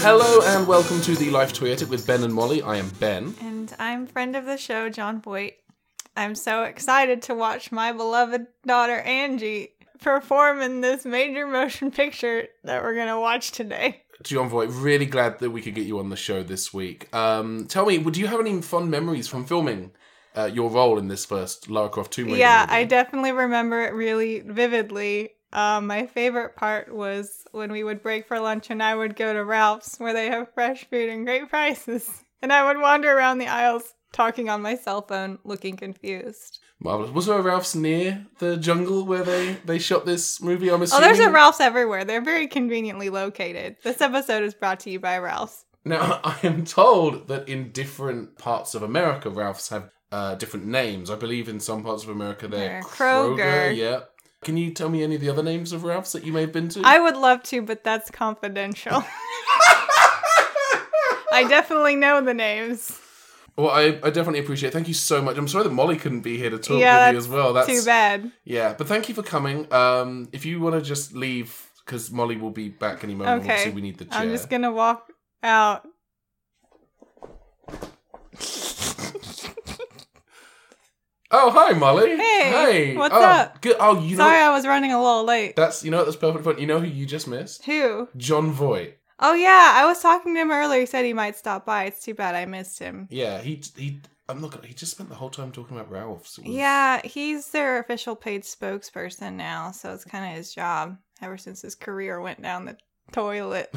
Hello and welcome to the Life Toyetic with Ben and Molly. I am Ben. And I'm friend of the show, John Boyd. I'm so excited to watch my beloved daughter Angie perform in this major motion picture that we're gonna watch today. John Voight, really glad that we could get you on the show this week. Um, tell me, would you have any fond memories from filming uh, your role in this first Lara Croft Tomb Raider? yeah, movie? I definitely remember it really vividly. Uh, my favorite part was when we would break for lunch and I would go to Ralph's where they have fresh food and great prices. And I would wander around the aisles talking on my cell phone, looking confused. Marvelous. Was there a Ralph's near the jungle where they they shot this movie? I'm Oh, assuming. there's a Ralph's everywhere. They're very conveniently located. This episode is brought to you by Ralph's. Now, I am told that in different parts of America, Ralphs have uh, different names. I believe in some parts of America they're They're Kroger. Yeah. Can you tell me any of the other names of Ralphs that you may have been to? I would love to, but that's confidential. I definitely know the names. well, I, I definitely appreciate. it. Thank you so much. I'm sorry that Molly couldn't be here to talk Yeah, with you as well. That's Too bad. Yeah, but thank you for coming. Um, if you want to just leave, because Molly will be back any moment. Okay. Obviously, we need the chair. I'm just gonna walk out. Oh, hi, Molly. Hey, what's oh, up? Good. Oh, you Sorry, know I was running a little late. that's you know what, that's perfect point. You know who you just missed? Who? John Voight. Oh yeah, I was talking to him earlier. He said he might stop by. It's too bad I missed him. Yeah, he he. I'm not gonna. He just spent the whole time talking about Ralph's. It was- Yeah, he's their official paid spokesperson now, so it's kind of his job ever since his career went down the toilet.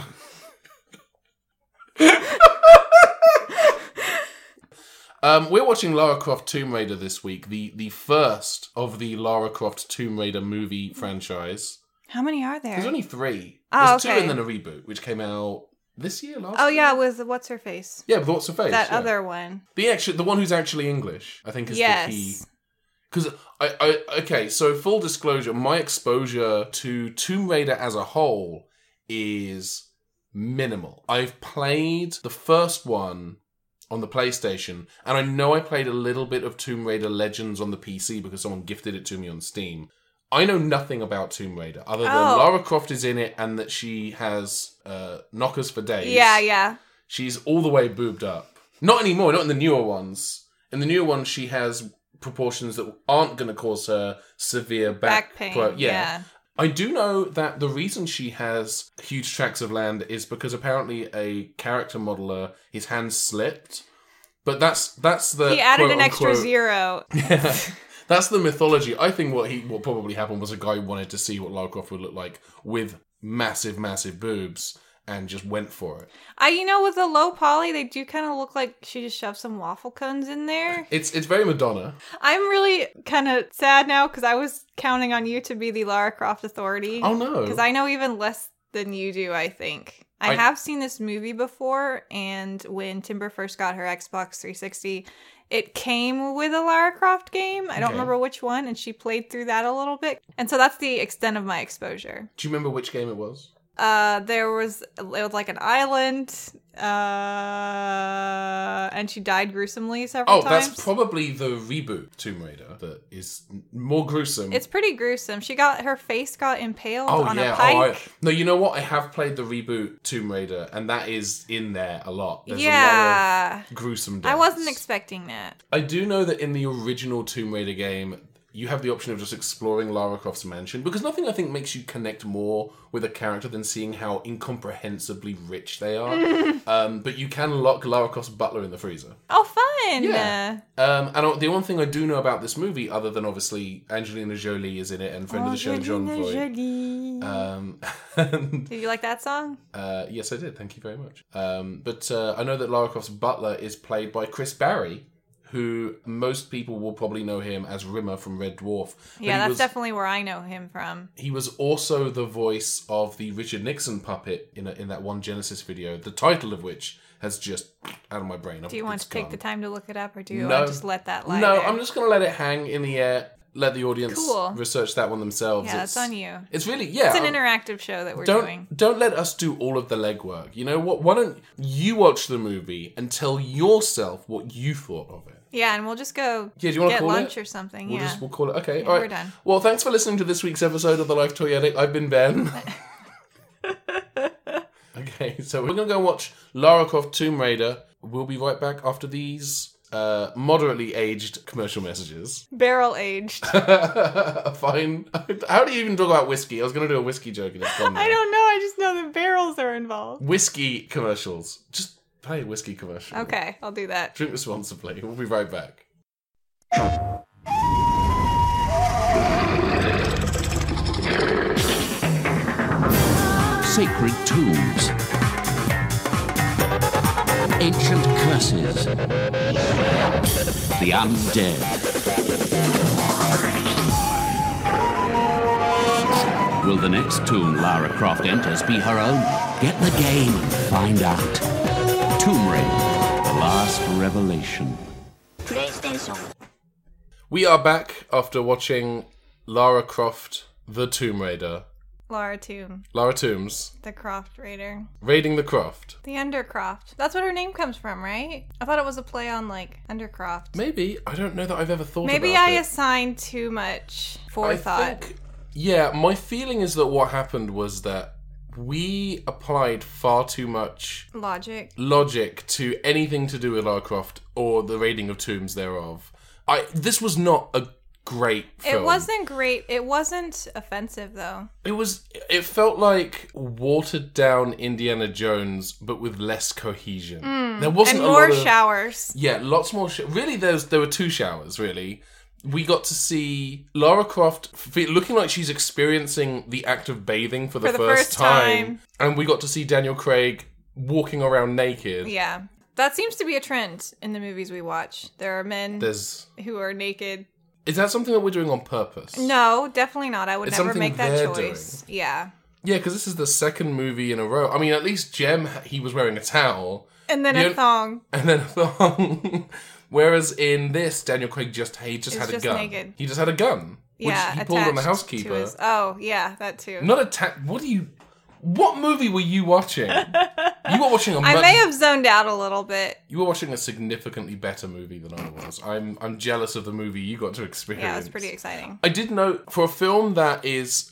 Um, we're watching Lara Croft Tomb Raider this week. The the first of the Lara Croft Tomb Raider movie franchise. How many are There's there? only three. Oh, There's two okay. and then a reboot, which came out this year. Last. Oh year? yeah, with what's her face? Yeah, but what's her face? that yeah. other one. The actual, the one who's actually English, I think is Yes. the key. Because I, I, okay, so full disclosure, my exposure to Tomb Raider as a whole is minimal. I've played the first one on the PlayStation, and I know I played a little bit of Tomb Raider Legends on the PC because someone gifted it to me on Steam. I know nothing about Tomb Raider other than Oh. Lara Croft is in it and that she has uh, knockers for days. Yeah, yeah. She's all the way boobed up. Not anymore, not in the newer ones. In the newer ones, she has proportions that aren't going to cause her severe back, Back, pain. pro- yeah. I do know that the reason she has huge tracts of land is because apparently a character modeler, his hands slipped. But that's that's the He added an quote, extra unquote- zero. that's the mythology. I think what he what probably happened was a guy wanted to see what Lara Croft would look like with massive, massive boobs and just went for it. I, you know, with the low poly, they do kind of look like she just shoved some waffle cones in there. It's it's very Madonna. I'm really kind of sad now because I was counting on you to be the Lara Croft authority. Oh no. Because I know even less than you do, I think. I, I- have seen this movie before, and when Timber first got her Xbox 360, it came with a Lara Croft game. I don't Okay. remember which one, and she played through that a little bit. And so that's the extent of my exposure. Do you remember which game it was? Uh, there was it was like an island, uh, and she died gruesomely several Oh, times. that's probably the reboot Tomb Raider that is n- more gruesome. it's pretty gruesome. She got her face got impaled oh on yeah. a pike. Oh, I, no, you know what? I have played the reboot Tomb Raider, and that is in there a lot. There's a lot yeah, of gruesome. Deaths. I wasn't expecting that. I do know that in the original Tomb Raider game, you have the option of just exploring Lara Croft's mansion because nothing I think makes you connect more with a character than seeing how incomprehensibly rich they are. um, but you can lock Lara Croft's butler in the freezer. Oh, fun! Yeah. Um, and the one thing I do know about this movie, other than obviously Angelina Jolie is in it and friend of the show John Angelina Voight. Jolie. Um, and, Uh, Did you like that song? uh, yes, I did. Thank you very much. Um, but uh, I know that Lara Croft's butler is played by Chris Barry, who most people will probably know him as Rimmer from Red Dwarf. But Yeah, he that's was, definitely where I know him from. He was also the voice of the Richard Nixon puppet in a, in that one Genesis video, the title of which has just out of my brain. Do you want to take the time to look it up, or do you No. want to just let that lie? No, there? I'm just going to let it hang in the air. let the audience Cool. research that one themselves. Yeah, that's on you. It's really yeah. It's an um, interactive show that we're don't doing. don't let us do all of the legwork. You know what? Why don't you watch the movie and tell yourself what you thought of it? Yeah, and we'll just go Yeah, do you want to get call lunch it? or something. We'll yeah. just we'll call it. Okay, all right. we're done. Well, thanks for listening to this week's episode of the Life Toy Addict. I've been Ben. okay, so we're gonna go watch Lara Croft Tomb Raider. We'll be right back after these uh, moderately aged commercial messages. Barrel aged. Fine. How do you even talk about whiskey? I was gonna do a whiskey joke and it's gone. I now. don't know. I just know that barrels are involved. Whiskey commercials. Just play a whiskey commercial. Okay, I'll do that. Drink responsibly. We'll be right back. sacred tombs, ancient curses, the undead. Will the next tomb Lara Croft enters be her own? Get the game and find out. Tomb Raider, the last revelation. We are back after watching Lara Croft, The Tomb Raider. Laura Toon, Lara Tombs, the Croft Raider. Raiding the Croft. The Undercroft. That's what her name comes from, right? I thought it was a play on like Undercroft. Maybe. I don't know that I've ever thought Maybe about I it. assigned too much I forethought. think- yeah, my feeling is that what happened was that we applied far too much Logic. logic to anything to do with Lara Croft or the raiding of tombs thereof. I This was not a great film. It wasn't great. It wasn't offensive though. It was. It felt like watered down Indiana Jones, but with less cohesion. There wasn't Hmm. And a more lot of, showers. Yeah, lots more. Sh- really, there's there were two showers. Really, we got to see Lara Croft fe- looking like she's experiencing the act of bathing for the, For the first time. and we got to see Daniel Craig walking around naked. Yeah. That seems to be a trend in the movies we watch. There are men There's who are naked. is that something that we're doing on purpose? No, definitely not. I would It's never something make that they're choice. Yeah. Yeah, because this is the second movie in a row. I mean, at least Jem he was wearing a towel. And then You- a thong. and then a thong. Whereas in this, Daniel Craig just he just He's had just a gun. naked. He just had a gun, Yeah. which he pulled on the attached housekeeper. to his- oh, yeah, that too. Not attack. What do you? What movie were you watching? you were watching a. I mu- may have zoned out a little bit. You were watching a significantly better movie than I was. I'm I'm jealous of the movie you got to experience. Yeah, it was pretty exciting. I did note for a film that is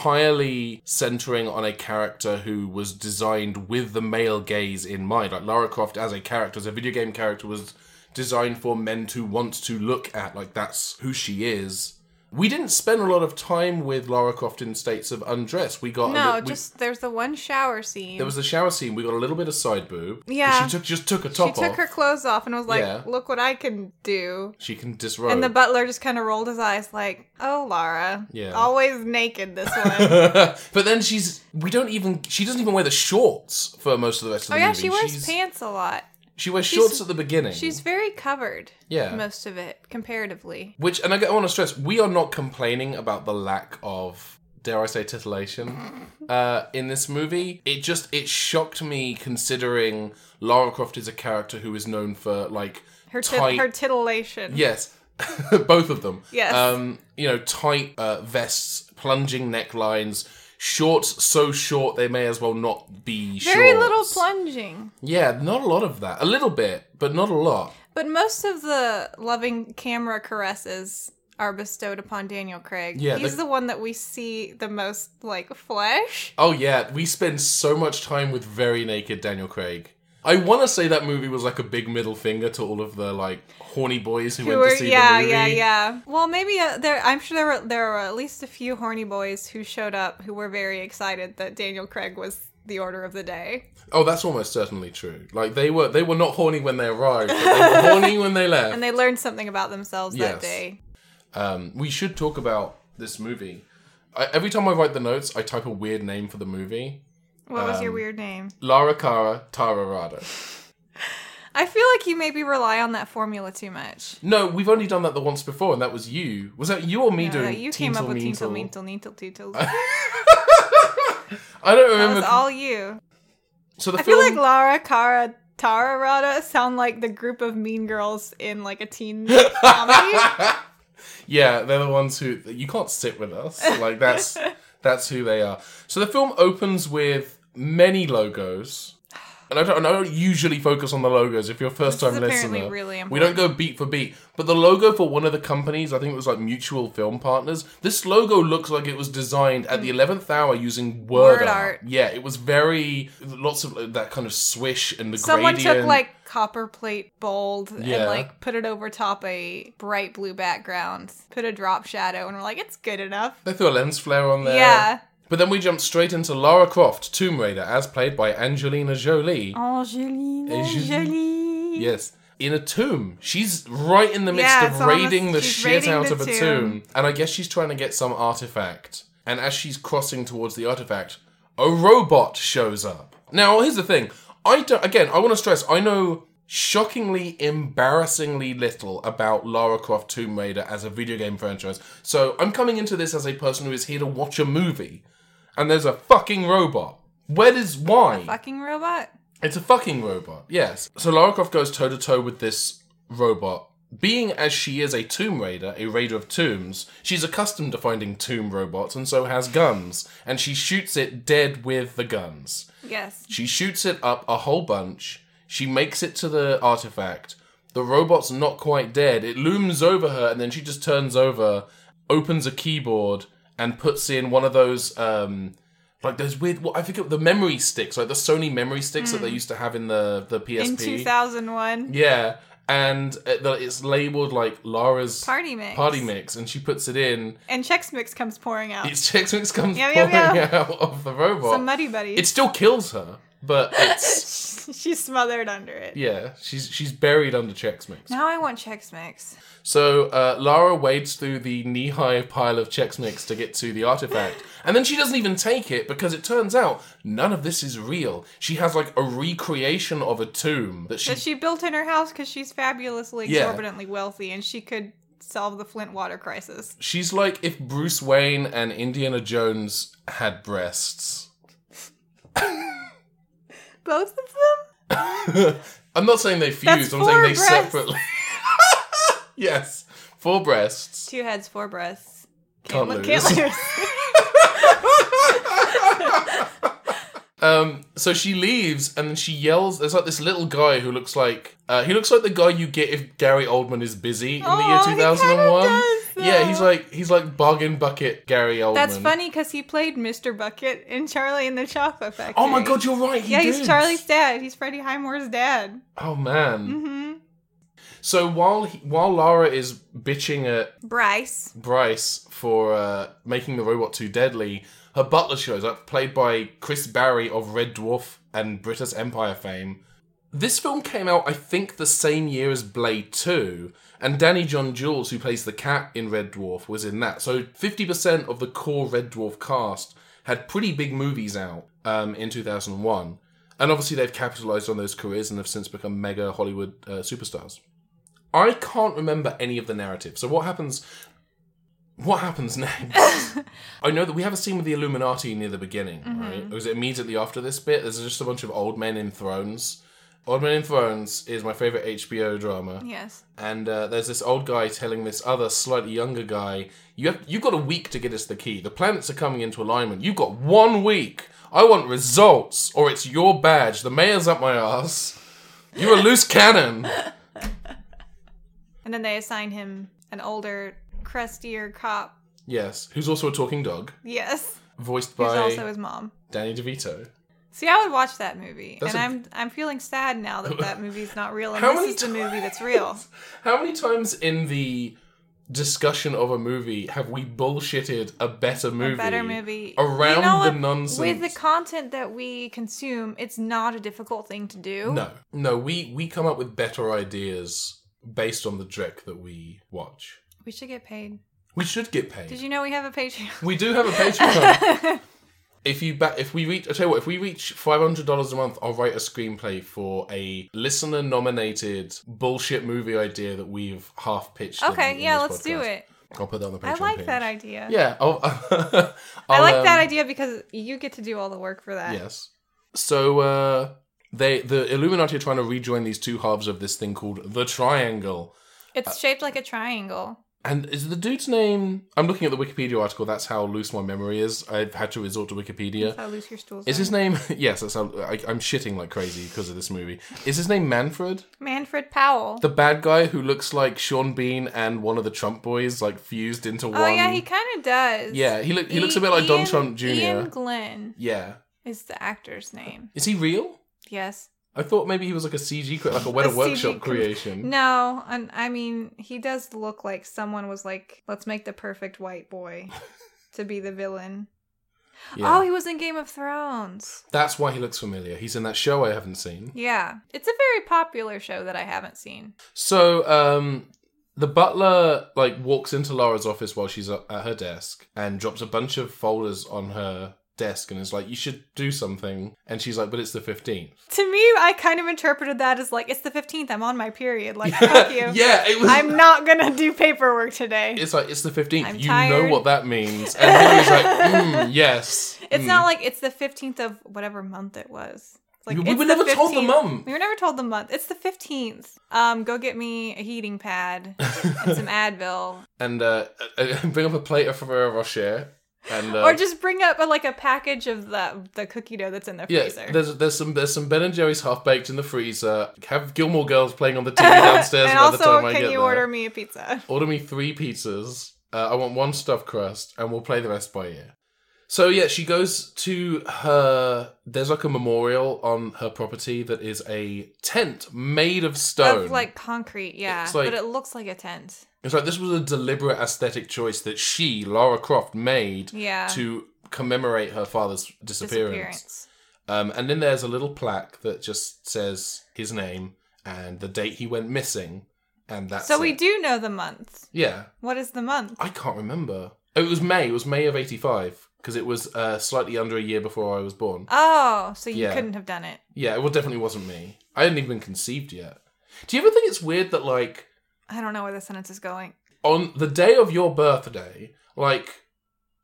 entirely centering on a character who was designed with the male gaze in mind. Like Lara Croft as a character, as a video game character, was designed for men to want to look at. Like that's who she is. We didn't spend a lot of time with Lara Croft in states of undress. We got a No, li- we- just there's the one shower scene. there was the shower scene. We got a little bit of side boob. but Yeah. she took just took a she top took off. her clothes off and was like, Yeah. "Look what I can do." she can disrobe. And the butler just kind of rolled his eyes, like, "Oh, Lara, Yeah. always naked this one." but then she's we don't even she doesn't even wear the shorts for most of the rest of oh the yeah, movie. she wears She's- pants a lot. She wears shorts at the beginning. She's very covered. Yeah. most of it comparatively. which, and I, get- I want to stress, we are not complaining about the lack of, dare I say, titillation uh, in this movie. It just it shocked me considering Lara Croft is a character who is known for like Her tit- tight, her titillation. yes, both of them. Yes. um, you know, tight uh, vests, plunging necklines. Shorts so short they may as well not be short. very little plunging. Yeah, not a lot of that. A little bit, but not a lot. But most of the loving camera caresses are bestowed upon Daniel Craig. Yeah, He's the- the one that we see the most like flesh. Oh yeah, we spend so much time with very naked Daniel Craig. I want to say that movie was like a big middle finger to all of the like horny boys who, Who went were, to see yeah, the movie. yeah, yeah. Well, maybe uh, there. I'm sure there were there were at least a few horny boys who showed up who were very excited that Daniel Craig was the order of the day. Oh, that's almost certainly true. Like they were they were not horny when they arrived, but they were horny when they left. And they learned something about themselves Yes. that day. Um, we should talk about this movie. I, every time I write the notes, I type a weird name for the movie. What was Um, your weird name? Lara Cara Tara Rada. I feel like you maybe rely on that formula too much. No, we've only done that the once before, and that was you. Was that you or me Uh, doing? you came up with Tintle Meantle? Mintle Nintle Tootles. I don't That remember. was all you. so the I feel film. like Lara, Cara, Tara, Rada sound like the group of mean girls in like a teen comedy. Yeah, they're the ones who you can't sit with us. Like that's that's who they are. So the film opens with many logos. And I don't, and I don't usually focus on the logos if you're a first This time is apparently listener. really we don't go beat for beat. But the logo for one of the companies, I think it was like Mutual Film Partners, this logo looks like it was designed at the 11th hour using word, Mm. art. Word art. Yeah, it was very, lots of like, that kind of swish and the Someone gradient. took like copper plate bold Yeah. and like put it over top a bright blue background, put a drop shadow, and we're like, it's good enough. They threw a lens flare on there. Yeah. But then we jump straight into Lara Croft, Tomb Raider, as played by Angelina Jolie. Angelina Angelina. Jolie. Yes. In a tomb. She's right in the midst Yeah, it's of almost- raiding the she's shit raiding out the of a tomb. tomb. And I guess she's trying to get some artifact. And as she's crossing towards the artifact, a robot shows up. Now, here's the thing. I don't, again, I want to stress, I know shockingly, embarrassingly little about Lara Croft Tomb Raider as a video game franchise. So I'm coming into this as a person who is here to watch a movie. And there's a fucking robot. Where does, why? Fucking robot. It's a fucking robot, yes. So Lara Croft goes toe to toe with this robot. Being as she is a tomb raider, a raider of tombs, she's accustomed to finding tomb robots and so has guns. And she shoots it dead with the guns. Yes. She shoots it up a whole bunch. She makes it to the artifact. The robot's not quite dead. It looms over her, and then she just turns over, opens a keyboard, and puts in one of those, um, like those weird. What I forget the memory sticks, like the Sony memory sticks that they used to have in the the PSP. Hmm. In 2001. Yeah, and it, the- it's labeled like Lara's Party mix. party mix, and she puts it in. And Chex Mix comes pouring out. It's Chex Mix comes Yum, pouring yum, yum. out of the robot. Some muddy buddy. it still kills her, but it's. She's smothered under it. Yeah, she's she's buried under Chex Mix. Now I want Chex Mix. So uh, Lara wades through the knee-high pile of Chex Mix to get to the artifact, and then she doesn't even take it because it turns out none of this is real. She has like a recreation of a tomb that she. That she built in her house because she's fabulously, Yeah. exorbitantly wealthy and she could solve the Flint water crisis. She's like if Bruce Wayne and Indiana Jones had breasts. Both of them? I'm not saying they fused. I'm saying four they breasts. separately. yes, four breasts. Two heads, four breasts. Can't Look, lose. can't lose. Um, so she leaves and then she yells. There's like this little guy who looks like uh, he looks like the guy you get if Gary Oldman is busy in the year Aw, Oh, he kinda 2001. does, yeah, he's though. like he's like bargain bucket Gary Oldman. That's funny because he played Mr. Bucket in Charlie and the Chocolate Factory. Oh my god, you're right. He Yeah, did. he's Charlie's dad. He's Freddie Highmore's dad. Oh man. hmm So while he, while Lara is bitching at Bryce. Bryce for uh, making the robot too deadly, her butler shows up, played by Chris Barry of Red Dwarf and British Empire fame. This film came out, I think, the same year as Blade 2, and Danny John Jules, who plays the cat in Red Dwarf, was in that. So 50% of the core Red Dwarf cast had pretty big movies out um, in 2001. And obviously, they've capitalized on those careers and have since become mega Hollywood uh, superstars. I can't remember any of the narrative. So what happens? What happens next? I know that we have a scene with the Illuminati near the beginning, right? Or is it immediately after this bit? There's just a bunch of old men in thrones. Old Men in Thrones is my favorite HBO drama, Yes. and uh, there's this old guy telling this other slightly younger guy, "You have you got a week to get us the key. The planets are coming into alignment. You've got one week. I want results, or it's your badge. The mayor's up my ass. You're a loose cannon." And then they assign him an older, crustier cop. Yes, who's also a talking dog, Yes. voiced Who's by also his mom. Danny DeVito. See, I would watch that movie, That's and a- i am I'm I'm feeling sad now that that movie's not real, and How this many is the movie that's real. How many times in the discussion of a movie have we bullshitted a better movie? Better movie around You know the what? nonsense With the content that we consume, it's not a difficult thing to do. No, no, we we come up with better ideas based on the Drek that we watch. We should get paid. We should get paid. Did you know we have a Patreon? We do have a Patreon. if you ba- if we reach, I tell you what, if we reach five hundred dollars a month, I'll write a screenplay for a listener nominated bullshit movie idea that we've half pitched. in- Okay, in yeah, this let's do podcast. it. I'll put that on the I Patreon. like page. that idea. Yeah, um, I'll, i I like that idea because you get to do all the work for that. Yes. So uh, they the Illuminati are trying to rejoin these two halves of this thing called the Triangle. It's shaped like a triangle. And is the dude's name? I'm looking at the Wikipedia article. That's how loose my memory is. I've had to resort to Wikipedia. I'll lose your stools. Is on. his name? Yes, that's how, I, I'm shitting like crazy because of this movie. Is his name Manfred? Manfred Powell? The bad guy who looks like Sean Bean and one of the Trump boys, like fused into one. oh yeah, he kind of does. Yeah, he look- he looks a I- bit like Don Ian- Trump Jr.. Ian Glenn yeah. is the actor's name. Is he real? Yes. I thought maybe he was like a CG, cre- like a Weta CG Workshop cre- creation. No, and I mean he does look like someone was like, let's make the perfect white boy to be the villain. Yeah. Oh, he was in Game of Thrones. That's why he looks familiar. He's in that show I haven't seen. Yeah, it's a very popular show that I haven't seen. So, um, the butler like walks into Laura's office while she's at at her desk and drops a bunch of folders on her desk and is like, "You should do something." And she's like, "But it's the 15th. To me, I kind of interpreted that as like it's the fifteenth. I'm on my period. Like fuck you. yeah, it was. I'm not gonna do paperwork today. it's like it's the 15th. I'm you know tired. what that means. And he was like, mm, "Yes." It's Mm. not like it's the fifteenth of whatever month it was. It's like, We- we it's were the never told the 15th. month. We were never told the month. It's the fifteenth. Um, go get me a heating pad and some Advil, and uh, bring up a plate of Ferrero Rocher and uh, or just bring up a, like a package of the the cookie dough that's in the Yeah, freezer. there's there's some there's some Ben and Jerry's half baked in the freezer. Have Gilmore Girls playing on the TV downstairs and by the also, time I can get you there. order me a pizza? Order me three pizzas. Uh, I want one stuffed crust, and we'll play the rest by ear. So yeah, she goes to her. There's like a memorial on her property that is a tent made of stone. Of like concrete, yeah, Um, It's like- but it looks like a tent. it's like this was a deliberate aesthetic choice that she, Laura Croft, made Yeah, to commemorate her father's disappearance. disappearance. Um, and then there's a little plaque that just says his name and the date he went missing, and that's So we it. do know the month. Yeah, What is the month? I can't remember. It was May. It was May of '85 because it was uh, slightly under a year before I was born. Oh, so you Yeah. couldn't have done it. Yeah, it well, definitely wasn't me. I hadn't even been conceived yet. Do you ever think it's weird that like I don't know where the sentence is going. on the day of your birthday, like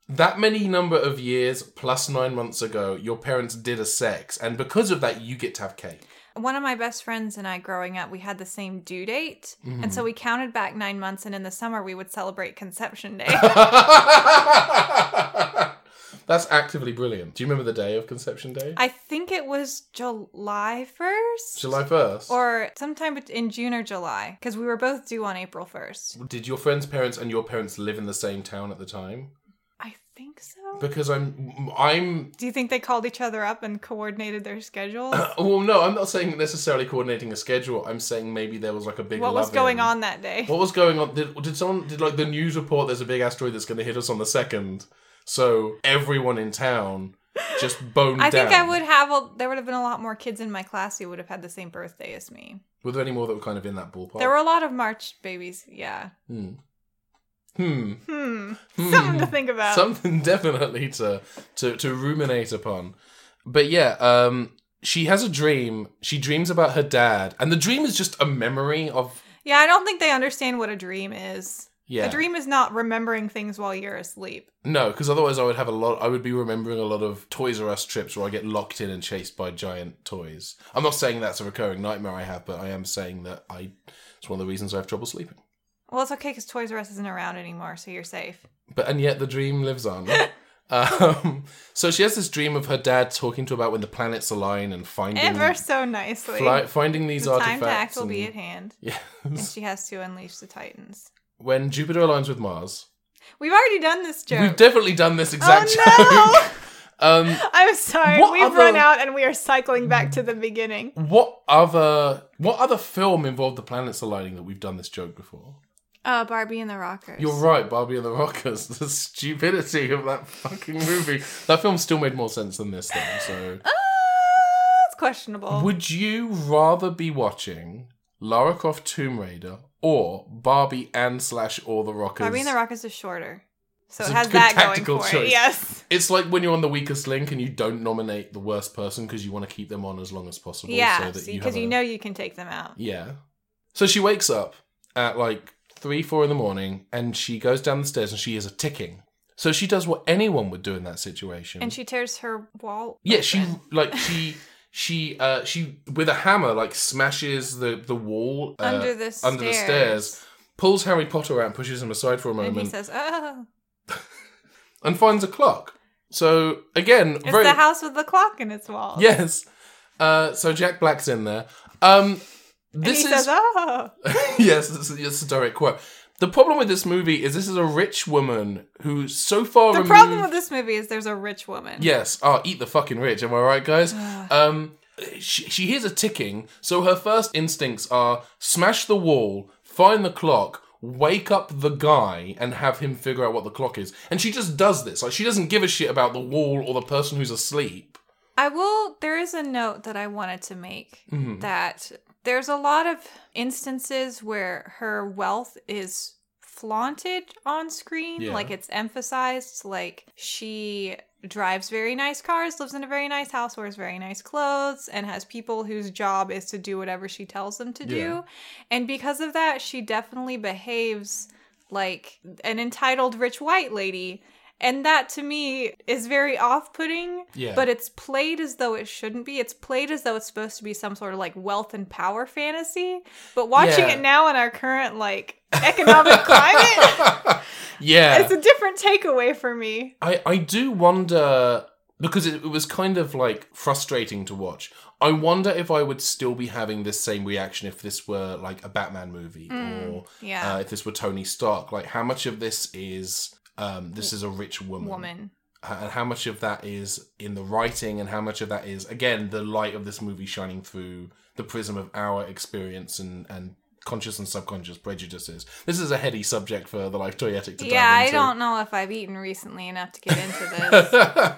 that many number of years plus nine months ago, your parents did a sex, and because of that, you get to have cake. One of my best friends and I growing up, we had the same due date. And Mm. so we counted back nine months, and in the summer, we would celebrate Conception Day. That's actively brilliant. Do you remember the day of Conception Day? I think it was July 1st? July 1st. Or sometime bet- in June or July, because we were both due on April 1st. Did your friend's parents and your parents live in the same town at the time? I think so. Because I'm, I'm. Do you think they called each other up and coordinated their schedules? Well, no, I'm not saying necessarily coordinating a schedule. I'm saying maybe there was like a big. what was love-in. going on that day? What was going on? Did, did someone did like the news report? There's a big asteroid that's going to hit us on the second. So everyone in town just boned I down. think I would have, a, there would have been a lot more kids in my class who would have had the same birthday as me. Were there any more that were kind of in that ballpark? There were a lot of March babies, yeah. Hmm. Hmm. Hmm. Something to think about. something definitely to to to ruminate upon but yeah um she has a dream she dreams about her dad and the dream is just a memory of yeah, I don't think they understand what a dream is. yeah A dream is not remembering things while you're asleep. no because otherwise i would have a lot i would be remembering a lot of toys r us trips where i get locked in and chased by giant toys i'm not saying that's a recurring nightmare i have but i am saying that i it's one of the reasons i have trouble sleeping Well, it's okay because Toys R Us isn't around anymore, so you're safe. but and yet the dream lives on. um, so she has this dream of her dad talking to her about when the planets align and finding Ever so nicely. fly, finding these the time artifacts. to act will and- be at hand, and Yes. she has to unleash the Titans. when Jupiter aligns with Mars. We've already done this joke. We've definitely done this exact oh joke. Um, no! I'm sorry. What We've other- run out, and we are cycling back to the beginning. Um, what other what other film involved the planets aligning that we've done this joke before? Uh, Barbie and the Rockers. You're right, Barbie and the Rockers. The stupidity of that fucking movie. that film still made more sense than this thing. So, Uh, it's questionable. would you rather be watching Lara Croft Tomb Raider or Barbie and slash or the Rockers? Barbie and the Rockers is shorter, so It's it a has good that going tactical for choice. it. Yes. It's like when you're on the weakest link and you don't nominate the worst person because you want to keep them on as long as possible. Yeah, so that because you, you, have a- know you can take them out. Yeah. So she wakes up at like three, four in the morning, and she goes down the stairs and she hears a ticking. So she does what anyone would do in that situation. And she tears her wall. yeah, she open like she she uh she with a hammer like smashes the the wall uh, under the stairs. under the stairs, pulls Harry Potter out and pushes him aside for a And he moment says, "Oh, and finds a clock. So again, it's very the house with the clock in its walls." yes. Uh, so Jack Black's in there. Um, And he this is says, "Oh, yes, this is, this is a direct quote. The problem with this movie is this is a rich woman who so far the removed. problem with this movie is there's a rich woman." Yes. Oh, eat the fucking rich. Am I right, guys? um, she, she hears a ticking, so her first instincts are smash the wall, find the clock, wake up the guy, and have him figure out what the clock is. And she just does this. Like she doesn't give a shit about the wall or the person who's asleep. I will. There is a note that I wanted to make Mm-hmm. that there's a lot of instances where her wealth is flaunted on screen, Yeah. like it's emphasized, like she drives very nice cars, lives in a very nice house, wears very nice clothes, and has people whose job is to do whatever she tells them to Yeah. do. And because of that, she definitely behaves like an entitled rich white lady. And that to me is very off putting, Yeah. but it's played as though it shouldn't be. It's played as though it's supposed to be some sort of like wealth and power fantasy. But watching Yeah. it now in our current like economic climate, Yeah. it's a different takeaway for me. I, I do wonder because it, it was kind of like frustrating to watch. I wonder if I would still be having this same reaction if this were like a Batman movie or Mm, yeah. uh, if this were Tony Stark. Like how much of this is um, this is a rich woman, Woman. H- and how much of that is in the writing, and how much of that is again the light of this movie shining through the prism of our experience and and conscious and subconscious prejudices. This is a heady subject for the life toyetic to Yeah, dive I into. don't know if I've eaten recently enough to get into this.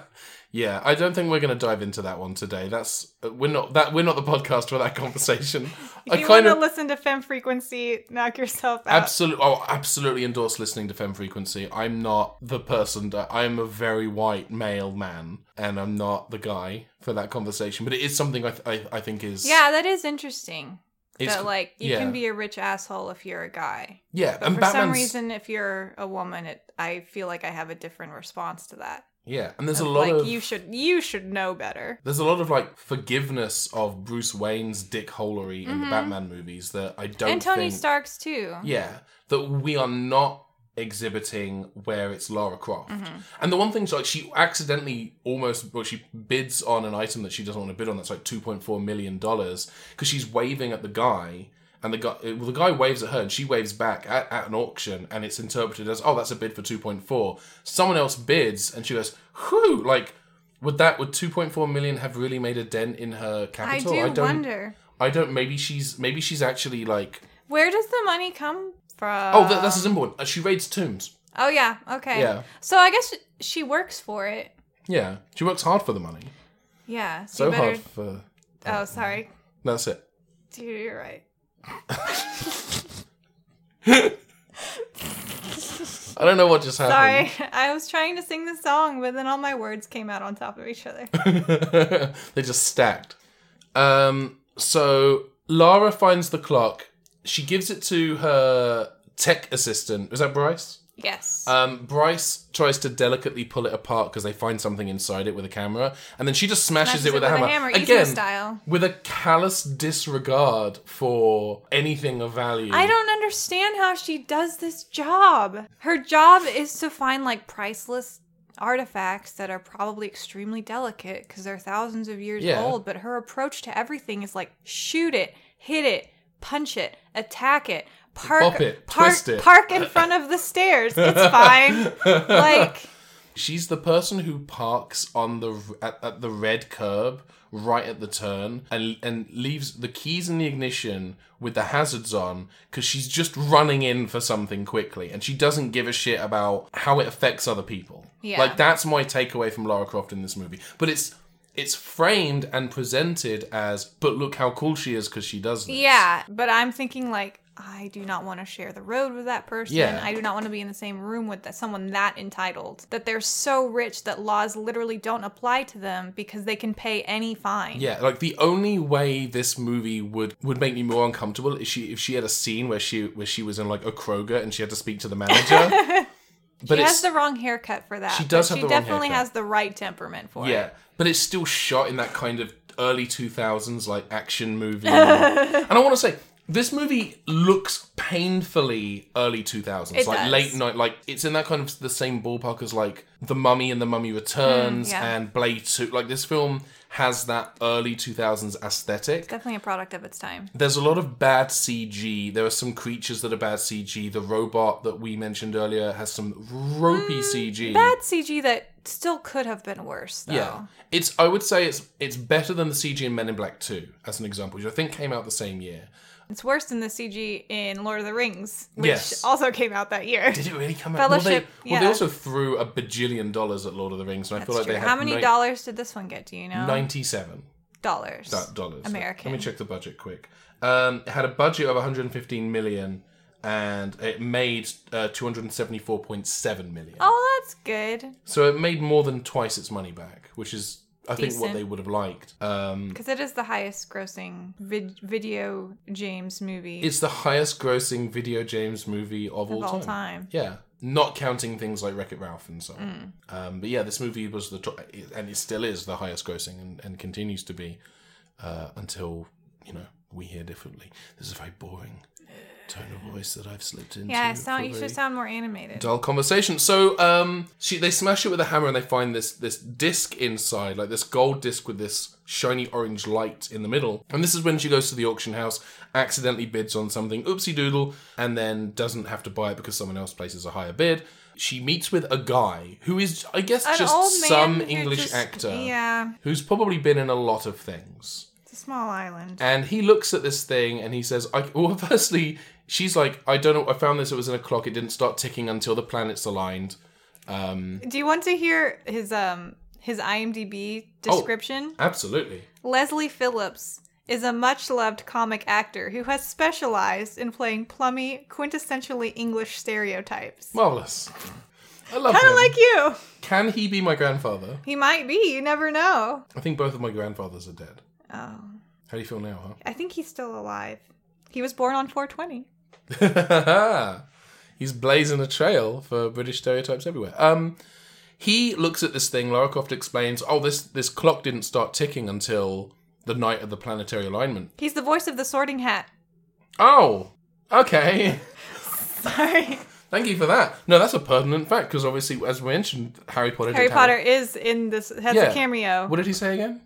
yeah, I don't think we're going to dive into that one today. That's uh, we're not that we're not the podcast for that conversation. I if you want kind to of listen to Femme Frequency, knock yourself out. absolutely oh, absolutely endorse listening to Femme Frequency. I'm not the person that I am a very white male man, and I'm not the guy for that conversation. But it is something I th- I, I think is yeah, that is interesting. It's- that like you yeah. can be a rich asshole if you're a guy. yeah. But And for some Batman's reason, if you're a woman, it, I feel like I have a different response to that. yeah, and there's a Of, lot like of you should you should know better. There's a lot of like forgiveness of Bruce Wayne's dickholery in the Batman movies that I don't Mm-hmm. And Tony think... Stark's too. Yeah, that we are not exhibiting where it's Lara Croft. Mm-hmm. And the one thing's like she accidentally almost well she bids on an item that she doesn't want to bid on that's like 2.4 million dollars because she's waving at the guy and the guy well, the guy waves at her and she waves back at, at an auction and it's interpreted as oh that's a bid for 2.4. Someone else bids and she goes whew like would that would 2.4 million have really made a dent in her I capital? do don't wonder I don't maybe she's maybe she's actually like where does the money come from? oh that, that's a symbol. Uh, She raids tombs. oh yeah, okay. Yeah. So I guess she works for it. Yeah, she works hard for the money. Yeah. So you better, hard for. Oh, sorry. That's it. Dude, you're right. I don't know what just happened. Sorry, I was trying to sing the song, but then all my words came out on top of each other. they just stacked. Um. So Lara finds the clock. She gives it to her tech assistant. Is that Bryce? Yes. Um, Bryce tries to delicately pull it apart because they find something inside it with a camera, and then she just smashes, it with, a, hammer. hammer, Izmo Again, style. with a callous disregard for anything of value. I don't understand how she does this job. Her job is to find like priceless artifacts that are probably extremely delicate because they're thousands of years Yeah. old, but her approach to everything is like shoot it, hit it, punch it, attack it, park Bop it, park, twist it. park in front of the stairs. It's fine. like She's the person who parks on the at, at the red curb right at the turn and and leaves the keys in the ignition with the hazards on because she's just running in for something quickly and she doesn't give a shit about how it affects other people. Yeah. Like that's my takeaway from Lara Croft in this movie. But it's it's framed and presented as but look how cool she is because she does this. Yeah, but I'm thinking like I do not want to share the road with that person. Yeah. I do not want to be in the same room with that someone that entitled. That they're so rich that laws literally don't apply to them because they can pay any fine. Yeah, like the only way this movie would would make me more uncomfortable is she if she had a scene where she where she was in like a Kroger and she had to speak to the manager. but she it's has the wrong haircut for that. She does but have she the wrong definitely haircut. has the right temperament for yeah, it. but it's still shot in that kind of early two thousands like action movie. and I want to say This movie looks painfully early 2000s, It like does. late night. Like it's in that kind of the same ballpark as like The Mummy and The Mummy Returns Mm, yeah. and Blade 2. Like this film has that early 2000s aesthetic. Definitely a product of its time. There's a lot of bad CG. There are some creatures that are bad CG. The robot that we mentioned earlier has some ropey CG. Hmm, Bad CG that still could have been worse, though. Yeah, it's. I would say it's it's better than the CG in Men in Black Two, as an example, which I think came out the same year. It's worse than the CG in Lord of the Rings, which Yes. also came out that year. Did it really come out? Well, they, Fellowship, well, they yeah. also threw a bajillion dollars at Lord of the Rings, and I feel That's like they true. had How many ni- dollars did this one get? Do you know? ninety-seven dollars. do- dollars. American. Let me check the budget quick. Um, it had a budget of one hundred and fifteen million, and it made uh, two hundred and seventy-four point seven million. Oh, that's good So it made more than twice its money back, which is. I think what Decent. they would have liked. Um, because it is the highest-grossing vid- video James movie it's the highest grossing video James movie of, of all time. Yeah, not counting things like Wreck It Ralph and so on. Mm. Um, but yeah, this movie was the top, and it still is the highest grossing and, and continues to be uh, until, you know, we hear differently. This is a very boring tone of voice that I've slipped into. Yeah, sound, for you very should sound more animated. Dull conversation. So um, she they smash it with a hammer and they find this this disc inside, like this gold disc with this shiny orange light in the middle. And this is when she goes to the auction house, accidentally bids on something, oopsie doodle, and then doesn't have to buy it because someone else places a higher bid. She meets with a guy who is, I guess, An just old man some who English just- actor Yeah, who's probably been in a lot of things. it's a small island. And he looks at this thing and he says, I, well, firstly, she's like, I don't know, I found this, it was in a clock, it didn't start ticking until the planets aligned. Do you want to hear his um his Oh. IMDb description? Absolutely. Leslie Phillips is a much loved comic actor who has specialized in playing plummy, quintessentially English stereotypes. Marvellous. I love Kind him. of like you. Can he be my grandfather? He might be. You never know. I think both of my grandfathers are dead. Oh, How do you feel now, huh? I think he's still alive. He was born on 420. He's blazing a trail for British stereotypes everywhere. Um, he looks at this thing. Lara Croft explains, "Oh, this this clock didn't start ticking until the night of the planetary alignment." He's the voice of the Sorting Hat. Oh, okay. Sorry. Thank you for that. No, that's a pertinent fact because obviously, as we mentioned, Harry Potter. did Harry have- Potter is in this has Yeah. a cameo. What did he say again?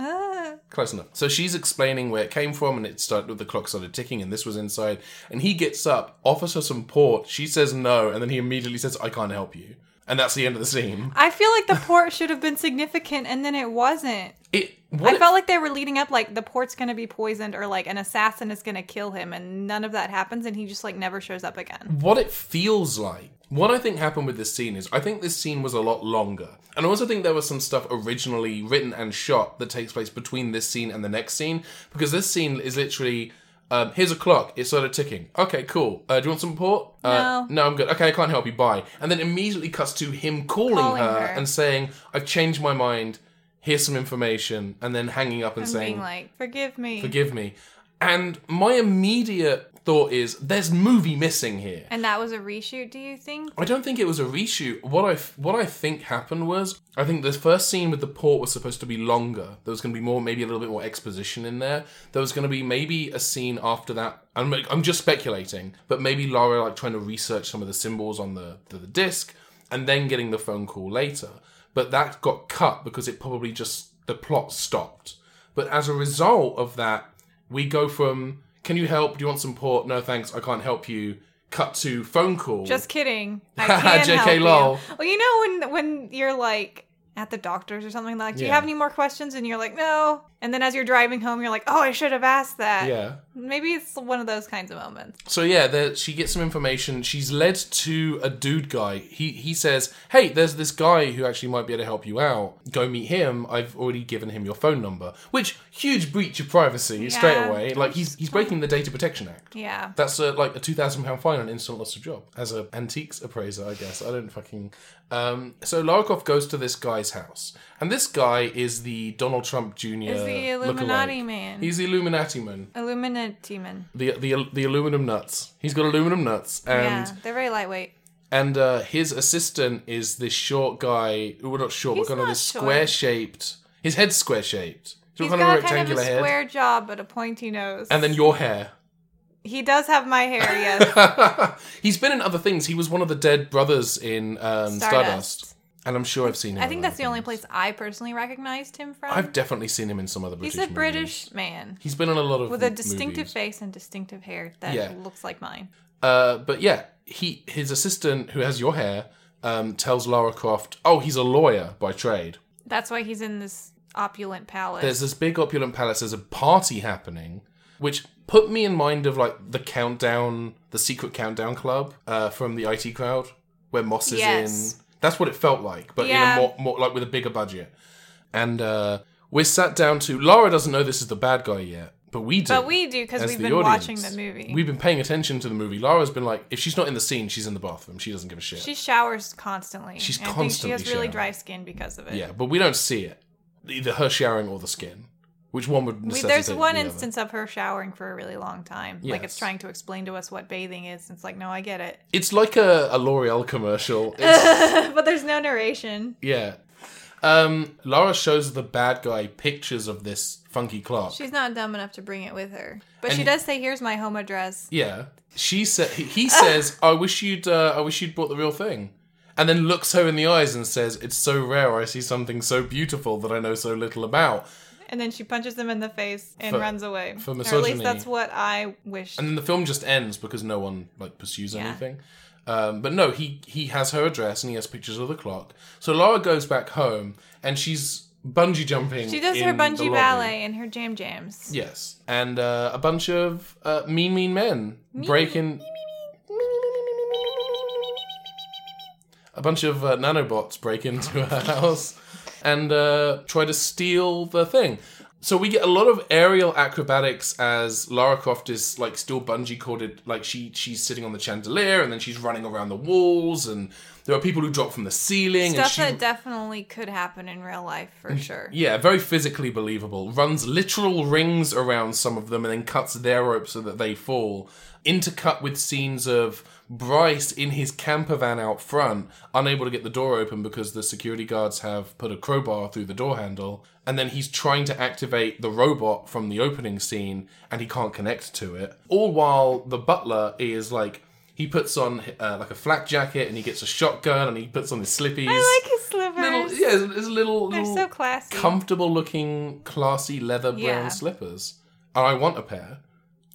Ah. Close enough. So she's explaining where it came from, and it started. The clock started ticking, and this was inside. And he gets up, offers her some port. She says no, and then he immediately says, "I can't help you." And that's the end of the scene. I feel like the port should have been significant and then it wasn't. It. What I felt like they were leading up like the port's gonna be poisoned or like an assassin is gonna kill him and none of that happens and he just like never shows up again. what it feels like. What I think happened with this scene is I think this scene was a lot longer. And I also think there was some stuff originally written and shot that takes place between this scene and the next scene because this scene is literally um, here's a clock, it started ticking. Okay, cool. Uh, do you want some port? Uh, No. No, I'm good. Okay, I can't help you. Bye. And then immediately cuts to him calling, Calling her, her. and saying, I've changed my mind. Here's some information. And then hanging up and saying, Being like, forgive me. Forgive me. And my immediate thought is, there's movie missing here. and that was a reshoot, do you think? I don't think it was a reshoot. What I what I think happened was I think the first scene with the port was supposed to be longer. There was going to be more, maybe a little bit more exposition in there. There was going to be maybe a scene after that. I'm I'm just speculating, but maybe Laura like trying to research some of the symbols on the the, the disc and then getting the phone call later. But that got cut because it probably just the plot stopped. But as a result of that, we go from can you help? Do you want some port? No thanks, I can't help you. Cut to phone call. Just kidding. I can JK help you. lol. Well, you know when when you're like at the doctor's or something like, do you Yeah. have any more questions? And you're like, no. And then as you're driving home, you're like, oh, I should have asked that. Yeah. Maybe it's one of those kinds of moments. So yeah, there, she gets some information. She's led to a dude guy. He he says, "Hey, there's this guy who actually might be able to help you out. Go meet him. I've already given him your phone number." Which huge breach of privacy straight Yeah. away. Like he's he's breaking the Data Protection Act. Yeah. That's a, like a two thousand pound fine on instant loss of job as an antiques appraiser, I guess. I don't fucking. Um, so Larikoff goes to this guy's house, and this guy is the Donald Trump Jr. Is the Illuminati man. He's the Illuminati man. Illuminati man. The the the aluminum nuts. He's got aluminum nuts, and yeah. They're very lightweight. and uh, his assistant is this short guy. Well, not short, He's but kind of not this short. square shaped. His head's square shaped. So He's kind of got a kind of rectangular a head. square jaw but a pointy nose. And then your hair. He does have my hair, yes. He's been in other things. He was one of the dead brothers in um, Stardust. Stardust. and I'm sure I've seen him. I in think other that's the only things. place I personally recognized him from. I've definitely seen him in some other British. He's a British movies. man He's been in a lot of with a distinctive movies. face and distinctive hair that Yeah. looks like mine. Uh, but yeah, he his assistant who has your hair um, tells Lara Croft, "Oh, he's a lawyer by trade." That's why he's in this opulent palace. There's this big opulent palace. There's a party happening, which put me in mind of like the countdown, the secret countdown club uh, from the IT crowd, where Moss is Yes. in. That's what it felt like, but Yeah. in a more, more like with a bigger budget. And uh, we're sat down to. Lara doesn't know this is the bad guy yet, but we do. but we do because as we've the been audience. watching the movie. We've been paying attention to the movie. Lara's been like, if she's not in the scene, she's in the bathroom. She doesn't give a shit. she showers constantly. She's I think constantly she has really showering. dry skin because of it. yeah, but we don't see it. Either her showering or the skin. Which one would We, necessitate there's one the other? instance of her showering for a really long time. Like Yes. it's trying to explain to us what bathing is. And it's like, no, I get it. It's like a, a L'Oreal commercial. It's, but there's no narration. yeah. Um, Lara shows the bad guy pictures of this funky clock. She's not dumb enough to bring it with her. But And she he- does say, here's my home address. yeah. She said he- he says, "I wish you'd uh, I wish you'd bought the real thing." And then looks her in the eyes and says, "It's so rare I see something so beautiful that I know so little about." And then she punches him in the face and For- runs away. for Or at misogyny. least that's what I wish. And then the film just ends because no one like pursues Yeah. anything. Um, but no, he he has her address and he has pictures of the clock. So Lara goes back home and she's bungee jumping. She does in her the bungee lobby. ballet and her jam jams. Yes, and uh, a bunch of uh, mean mean men breaking. A bunch of uh, nanobots break into her house and uh, try to steal the thing. So we get a lot of aerial acrobatics as Lara Croft is like still bungee corded, like she she's sitting on the chandelier and then she's running around the walls and there are people who drop from the ceiling Stuff and she that definitely could happen in real life for sure. yeah, very physically believable. Runs literal rings around some of them and then cuts their rope so that they fall. Intercut with scenes of Bryce in his camper van out front, unable to get the door open because the security guards have put a crowbar through the door handle. And then he's trying to activate the robot from the opening scene and he can't connect to it. All while the butler is like, he puts on uh, like a flak jacket and he gets a shotgun and he puts on his slippies. I like his slippers. Little, yeah, it's, it's little. They're little so classy. comfortable looking, classy leather brown Yeah. slippers. And I want a pair.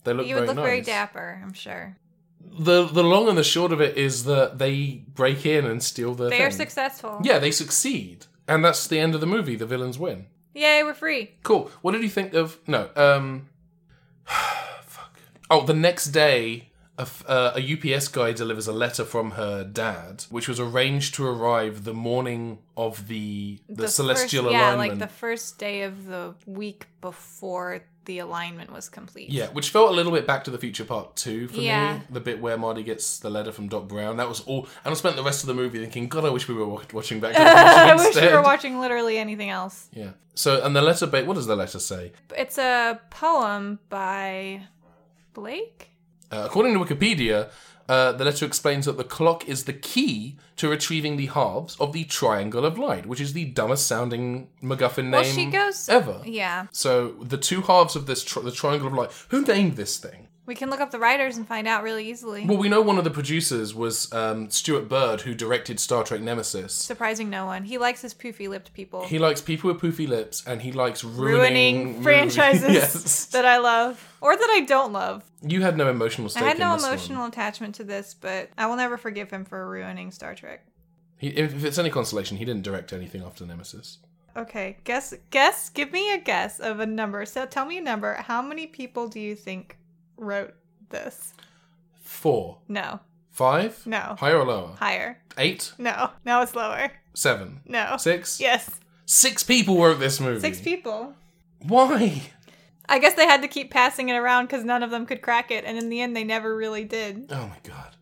They look you very would look nice. very dapper, I'm sure. The the long and the short of it is that they break in and steal the They thing. are successful. Yeah, they succeed. And that's the end of the movie. The villains win. Yay, we're free. Cool. What did you think of no, um fuck. Oh, the next day a, f- uh, a UPS guy delivers a letter from her dad, which was arranged to arrive the morning of the the, celestial first, alignment. Yeah, like the first day of the week before the alignment was complete. Yeah, which felt a little bit Back to the Future Part Two for Yeah. me. The bit where Marty gets the letter from Doc Brown. That was all. And I spent the rest of the movie thinking, God, I wish we were wa- watching Back to the Future I wish instead. we were watching literally anything else. yeah. So, and the letter, ba- what does the letter say? It's a poem by Blake. Uh, according to Wikipedia, uh, the letter explains that the clock is the key to retrieving the halves of the Triangle of Light, which is the dumbest sounding MacGuffin name Well, she goes. ever. Yeah, So, the two halves of this, tri- the Triangle of Light, who named this thing? we can look up the writers and find out really easily. Well, we know one of the producers was um, Stuart Bird, who directed Star Trek Nemesis. Surprising no one. He likes his poofy lipped people. He likes people with poofy lips, and he likes ruining, ruining movies. franchises yes. that I love or that I don't love. You had no emotional stake I had in no this emotional One. attachment to this, but I will never forgive him for ruining Star Trek. He, if, if it's any consolation, he didn't direct anything after Nemesis. Okay, guess, guess, give me a guess of a number. So tell me a number. How many people do you think wrote this? Four, No, five, No. higher or lower, higher. eight, No, now it's lower. seven, No. six. Yes, Six people wrote this movie. six people. Why? I guess they had to keep passing it around because none of them could crack it, and in the end, they never really did. Oh my god.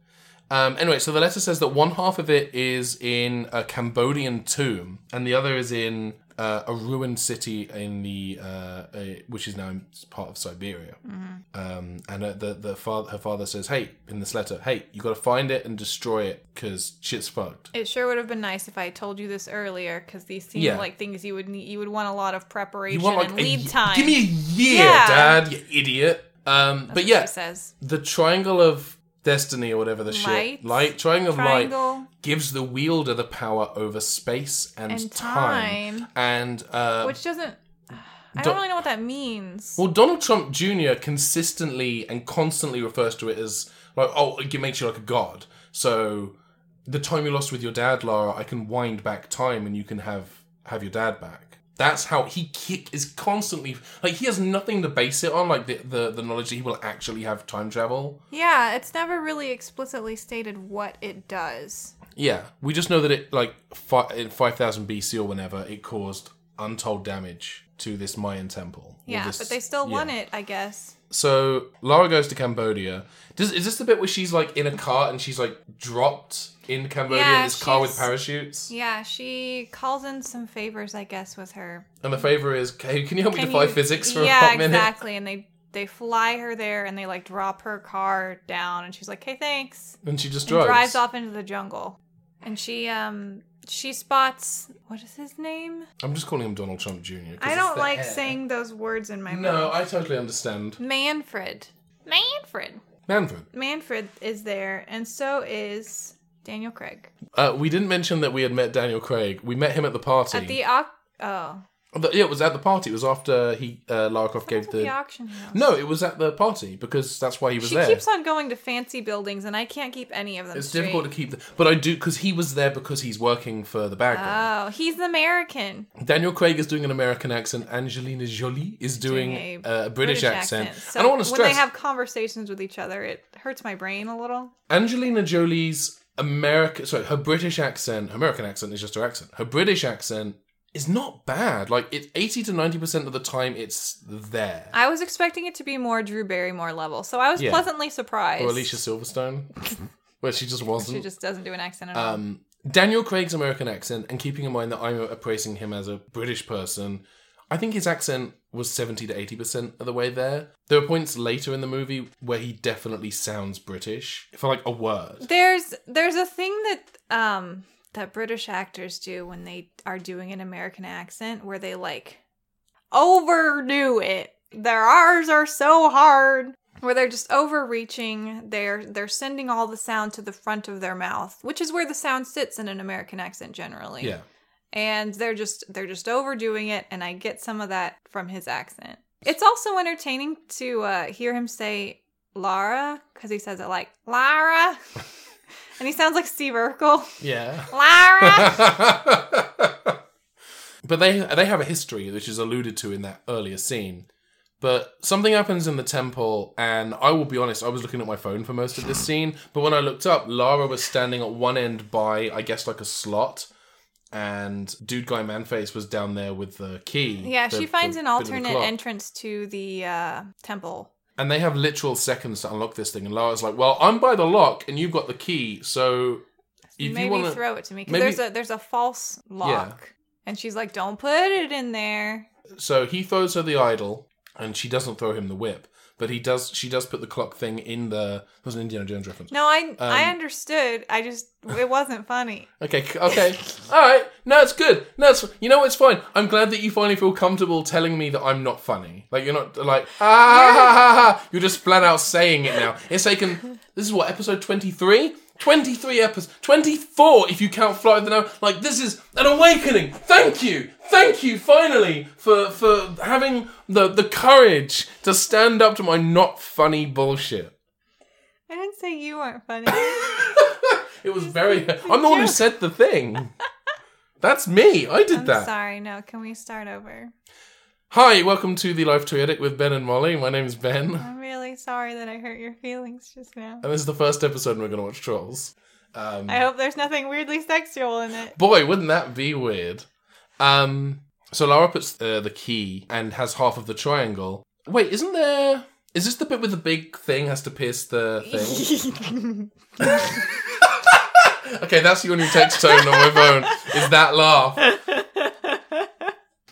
Um, anyway, so the letter says that one half of it is in a Cambodian tomb, and the other is in uh, a ruined city in the uh, uh, which is now in part of Siberia. Mm-hmm. Um, and uh, the the father, her father says, "Hey, in this letter, hey, you got to find it and destroy it because shit's fucked." It sure would have been nice if I had told you this earlier because these seem Yeah. like things you would need. You would want a lot of preparation You want like and a lead ye- time. Give me a year, Yeah. Dad, you idiot. Um, That's but what yeah, she says the triangle of destiny or whatever the shit Light. light triangle of light triangle gives the wielder the power over space and, and time. time, and uh, which doesn't. I Don't- don't really know what that means. well donald trump jr consistently and constantly refers to it as like oh it makes you like a god so the time you lost with your dad lara i can wind back time and you can have have your dad back that's how he kick is constantly like he has nothing to base it on like the, the the knowledge that he will actually have time travel yeah, it's never really explicitly stated what it does. yeah we just know that it like fi- in 5000 bc or whenever it caused untold damage to this mayan temple or Yeah, this- but they still yeah. want it, I guess. So Lara goes to Cambodia. Does, is this the bit where she's like in a car and she's like dropped in Cambodia in Yeah, this car with she's- parachutes? Yeah, she calls in some favors, I guess, with her. And the favor is, hey, can you help me Can defy you- physics for yeah, a hot minute? exactly. And they they fly her there, and they like drop her car down, and she's like, "Hey, thanks." And she just and drives. drives off into the jungle. And she um she spots what is his name? I'm just calling him Donald Trump Jr. 'cause I it's don't the like hair. saying those words in my No, mouth. I totally understand. Manfred. Manfred. Manfred, Manfred is there, and so is Daniel Craig. uh, we didn't mention that we had met Daniel Craig. We met him at the party. At the au- oh, The- yeah, it was at the party. It was after he uh, Lara Croft that's gave at the. the auction house. no, it was at the party because that's why he was She there. keeps on going to fancy buildings, and I can't keep any of them. it's straight. difficult to keep, the, but I do because he was there because he's working for the bad guy. Oh, he's American. Daniel Craig is doing an American accent. Angelina Jolie is doing a Doing uh, British, accent. So and I want to when stress they have conversations with each other, it hurts my brain a little. Angelina Jolie's American, sorry, her British accent, her American accent is just her accent. Her British accent is not bad. Like it's eighty to ninety percent of the time, it's there. I was expecting it to be more Drew Barrymore level, so I was Yeah. pleasantly surprised. or Alicia Silverstone, where she just wasn't. She just doesn't do an accent at all. um, Daniel Craig's American accent, and keeping in mind that I'm appraising him as a British person, I think his accent was 70 to 80% of the way there. There are points later in the movie where he definitely sounds British for like a word. There's there's a thing that um that British actors do when they are doing an American accent where they like overdo it. Their R's are so hard. Where they're just overreaching, they're they're sending all the sound to the front of their mouth, which is where the sound sits in an American accent generally. Yeah. and they're just they're just overdoing it and i get some of that from his accent it's also entertaining to uh, hear him say lara because he says it like lara and he sounds like steve urkel Yeah. lara but they they have a history which is alluded to in that earlier scene. But something happens in the temple, and I will be honest, I was looking at my phone for most of this scene. But when I looked up, Lara was standing at one end by, I guess, like a slot, and Dude Guy Manface was down there with the key. yeah the- she finds the an bit of the alternate clock. entrance to the uh, temple And they have literal seconds to unlock this thing, and Lara's like, "Well, I'm by the lock, and you've got the key, so if maybe you want to." throw it to me because maybe- there's a there's a false lock and she's like don't put it in there So he throws her the idol, and she doesn't throw him the whip, but he does. She does put the clock thing in the. It was an Indiana Jones reference. no i i Um, understood i just it wasn't funny Okay, c- okay, all right. No, it's good. No, it's you know it's fine. I'm glad that you finally feel comfortable telling me that I'm not funny. Like you're not like ah ha, ha, ha, ha. You're just flat out saying it now. It's taken. This is what episode twenty three. 23 episodes, 24 if you count Flight of the Now. Like, this is an awakening. Thank you. Thank you, finally, for, for having the, the courage to stand up to my not funny bullshit. i didn't say you weren't funny It was very. I'm the one who said the thing. That's me. I did I'm that. sorry. No, can we start over? Hi, welcome to the Life Toyetic with Ben and Molly. My name's Ben, and I'm really sorry that I hurt your feelings just now. this is the first episode and we're going to watch Trolls. Um, I hope there's nothing weirdly sexual in it. boy, wouldn't that be weird? Um, so Lara puts uh, the key and has half of the triangle. Wait, isn't there? Is this the bit with the big thing has to pierce the thing? okay, that's your new text tone on my phone. Is that laugh?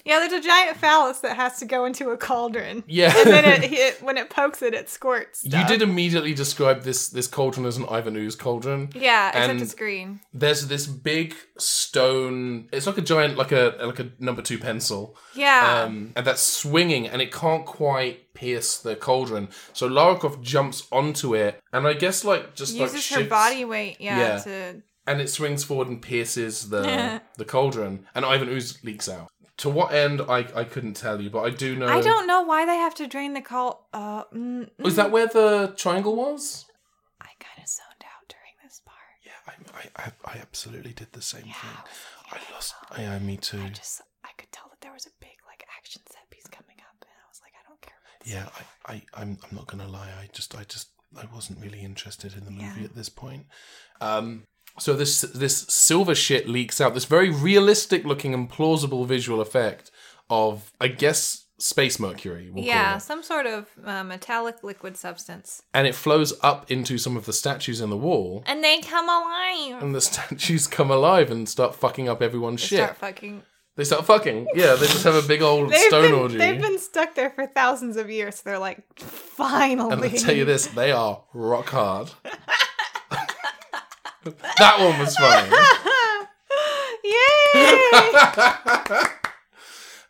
Yeah, there's a giant phallus that has to go into a cauldron. Yeah. And then it, it when it pokes it, it squirts. You stuff. did immediately describe this this cauldron as an Ivanhoe's cauldron. Yeah, except and- it's green. There's this big stone. It's like a giant, like a like a number two pencil, Yeah. um, and that's swinging, and it can't quite pierce the cauldron. So Lara Croft jumps onto it, and I guess like just like uses her shifts- body weight, yeah, Yeah. to and it swings forward and pierces the the cauldron, and Ivan Ooze leaks out. To what end, I I couldn't tell you, but I do know. I don't know why they have to drain the cult. Uh, mm, Was that where the triangle was? I kind of zoned out during this part. Yeah, I I, I absolutely did the same thing. I lost. Yeah, me too. Just I could tell that there was a big like action set piece coming up, and I was like, I don't care. About Yeah, I, I, I'm, I'm not gonna lie. I just, I just, I wasn't really interested in the movie at this point. Um, so this, this silver shit leaks out. This very realistic looking and plausible visual effect of, I guess, space mercury. We'll yeah, Call it. some sort of uh, metallic liquid substance, And it flows up into some of the statues in the wall, and they come alive. and the statues come alive and start fucking up everyone's shit. Start fucking. they start fucking. Yeah, they just have a big old They've stone been, orgy. they've been stuck there for thousands of years. So they're like, finally. And I tell you this, they are rock hard. that one was funny. Yay!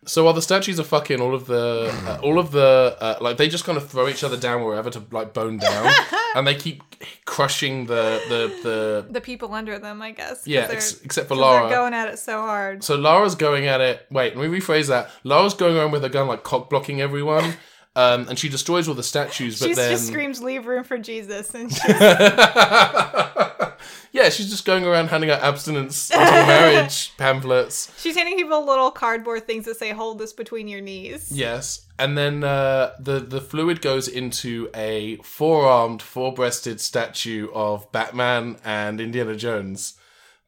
So while the statues are fucking all of the, uh, all of the, uh, like they just kind of throw each other down wherever to like bone down, and they keep crushing the the the the people under them, I guess. 'cause yeah, they're- ex- except for 'cause they're Lara. going at it so hard. so Lara's going at it. Wait, let me rephrase that. Lara's going around with her gun, like cock blocking everyone, um, and she destroys all the statues. But She then just screams, "Leave room for Jesus!" and she's yeah, she's just going around handing out abstinence until marriage pamphlets. she's handing people little cardboard things that say, "Hold this between your knees." Yes, and then uh, the the fluid goes into a four armed, four breasted statue of Batman and Indiana Jones.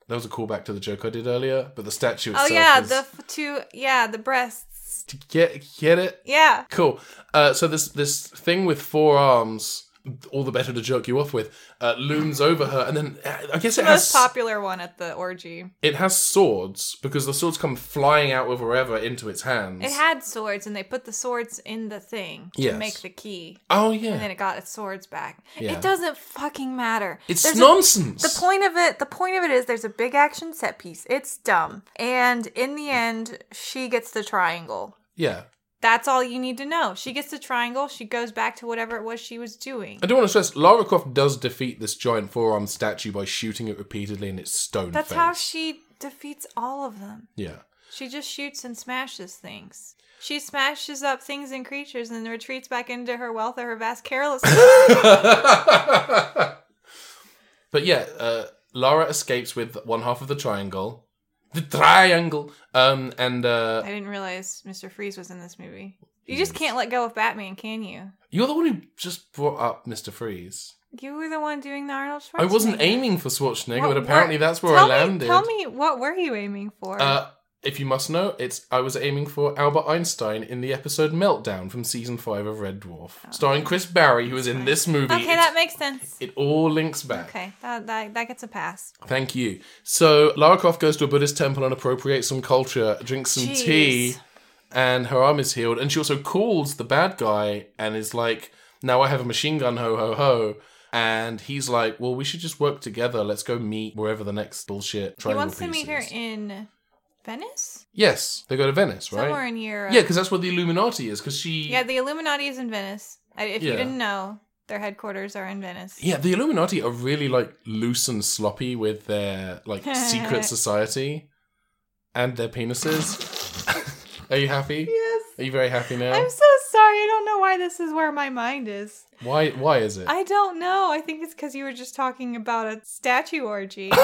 That was a callback to the joke I did earlier, but the statue Oh itself. yeah, is- the f- two, yeah, the breasts, get get it yeah. cool. Uh, so this this thing with four arms, all the better to jerk you off with, uh, looms over her, and then uh, I guess it has Most popular one at the orgy. it has swords because the swords come flying out of wherever into its hands. It had swords, and they put the swords in the thing to Yes. make the key, oh and then yeah, it got its swords back. Yeah. It doesn't fucking matter. it's There's a- nonsense. The point of it, the point of it is, there's a big action set piece. It's dumb, and in the end, she gets the triangle. yeah. That's all you need to know. She gets the triangle. She goes back to whatever it was she was doing. I do want to stress Lara Croft does defeat this giant four armed statue by shooting it repeatedly in its stone That's face. how she defeats all of them. yeah. She just shoots and smashes things. She smashes up things and creatures and retreats back into her wealth or her vast carelessness. But yeah, uh, Lara escapes with one half of the triangle. The triangle! Um, and uh, I didn't realize Mr. Freeze was in this movie. You just can't let go of Batman, can you? you're the one who just brought up Mr. Freeze. You were the one doing the Arnold Schwarzenegger. I wasn't aiming for Schwarzenegger, What but were- apparently that's where I Tell me- landed. tell me, what were you aiming for? Uh, if you must know, it's I was aiming for Albert Einstein in the episode Meltdown from season five of Red Dwarf, starring Chris Barry, who is in this movie. Oh, okay, It's- that makes sense. it all links back. Okay, that, that that gets a pass. Thank you. So Lara Croft goes to a Buddhist temple and appropriates some culture, drinks some Jeez. tea, and her arm is healed. And she also calls the bad guy and is like, "Now I have a machine gun, ho ho ho." And he's like, "Well, we should just work together. Let's go meet wherever the next bullshit He triangle wants to piece meet her is." in Venice, yes, they go to Venice, right? somewhere in Europe. Yeah, because that's what the Illuminati is. Because she, Yeah, the Illuminati is in Venice. I- If Yeah. you didn't know, their headquarters are in Venice. yeah, the Illuminati are really like loose and sloppy with their like secret society and their penises. are you happy? Yes. Are you very happy now? I'm so sorry. I don't know why this is where my mind is. Why? Why is it? I don't know. I think it's because you were just talking about a statue orgy.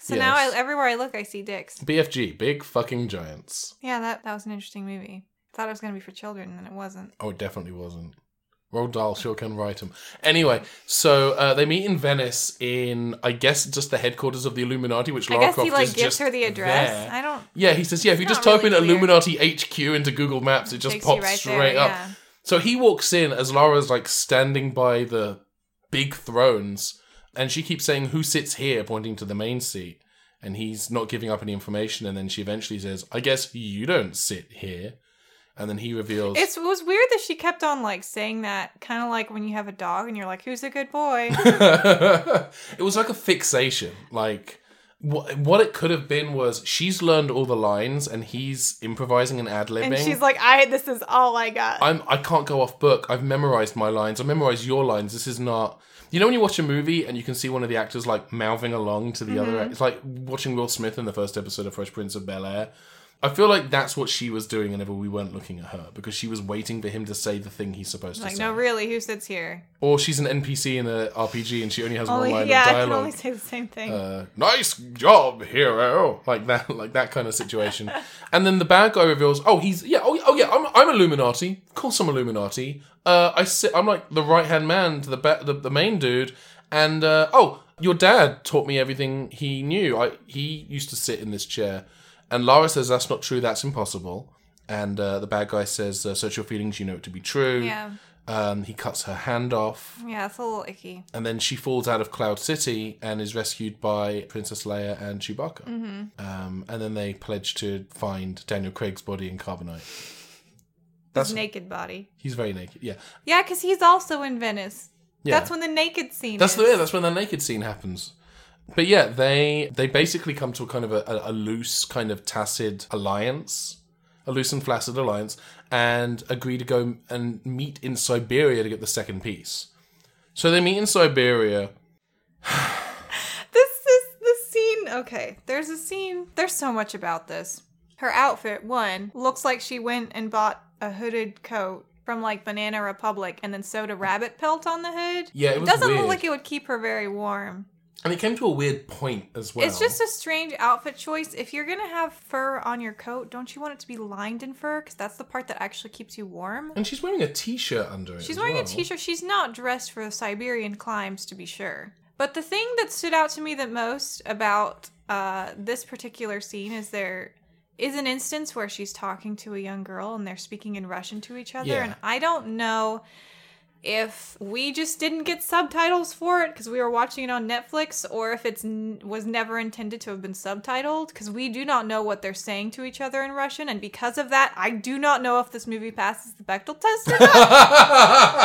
So now I, Yes. everywhere I look, I see dicks. BFG, big fucking giants. Yeah, that, that was an interesting movie. Thought it was going to be for children, and it wasn't. Oh, it definitely wasn't. Roald Dahl sure can write them. Anyway, so uh, they meet in Venice in, I guess, just the headquarters of the Illuminati, which Lara I guess Croft he like is gives just her the address. there. I don't. Yeah, he says, yeah, if you It's just not type really in clear. Illuminati HQ into Google Maps, it just Takes you pops right straight there, up. yeah. So he walks in as Lara's like standing by the big thrones, and she keeps saying, Who sits here? pointing to the main seat. and he's not giving up any information. And then she eventually says, I guess you don't sit here. And then he reveals, It's, it was weird that she kept on like saying that, kind of like when you have a dog and you're like, "Who's a good boy?" it was like a fixation. Like what what it could have been was she's learned all the lines and he's improvising and ad and she's libbing. like, "I this is all I got." I'm I can't go off book. I've memorized my lines. I memorized your lines. This is not. You know when you watch a movie and you can see one of the actors like mouthing along to the Mm-hmm. other. act- It's like watching Will Smith in the first episode of Fresh Prince of Bel Air. I feel like that's what she was doing whenever we weren't looking at her because she was waiting for him to say the thing he's supposed to like, say. no, really, who sits here? or she's an NPC in a RPG and she only has one Only, line Oh, yeah, of I can dialogue only say the same thing. uh, nice job, hero, like that, like that kind of situation. and then the bad guy reveals, oh, he's yeah, oh, oh yeah, I'm, I'm Illuminati. Of course, I'm Illuminati. Uh, I sit, I'm like the right hand man to the, ba- the the main dude. And uh, oh, your dad taught me everything he knew. I he used to sit in this chair. And Lara says that's not true. That's impossible. And uh, the bad guy says, uh, "Search your feelings. You know it to be true." yeah, Um, he cuts her hand off yeah, it's a little icky. and then she falls out of Cloud City and is rescued by Princess Leia and Chewbacca. Mm-hmm. Um, and then they pledge to find Daniel Craig's body in carbonite. That's His naked body. he's very naked. Yeah, Yeah, because he's also in Venice. yeah. That's when the naked scene. That's is. the yeah, that's when the naked scene happens. But yeah, they they basically come to a kind of a, a, a loose, kind of tacit alliance, a loose and flaccid alliance, and agree to go and meet in Siberia to get the second piece. So they meet in Siberia. This is the scene. Okay, there's a scene. There's so much about this. Her outfit, one, looks like she went and bought a hooded coat from like Banana Republic and then sewed a rabbit pelt on the hood. Yeah, it was doesn't weird. look like it would keep her very warm. And it came to a weird point as well. It's just a strange outfit choice. If you're gonna have fur on your coat, don't you want it to be lined in fur? Because that's the part that actually keeps you warm. And she's wearing a t-shirt under it. She's as wearing well. a t-shirt. She's not dressed for Siberian climbs, to be sure. But the thing that stood out to me the most about uh, this particular scene is there is an instance where she's talking to a young girl and they're speaking in Russian to each other, Yeah. and I don't know if we just didn't get subtitles for it because we were watching it on Netflix, or if it's n- was never intended to have been subtitled because we do not know what they're saying to each other in Russian, and because of that, I do not know if this movie passes the Bechtel test. Or not.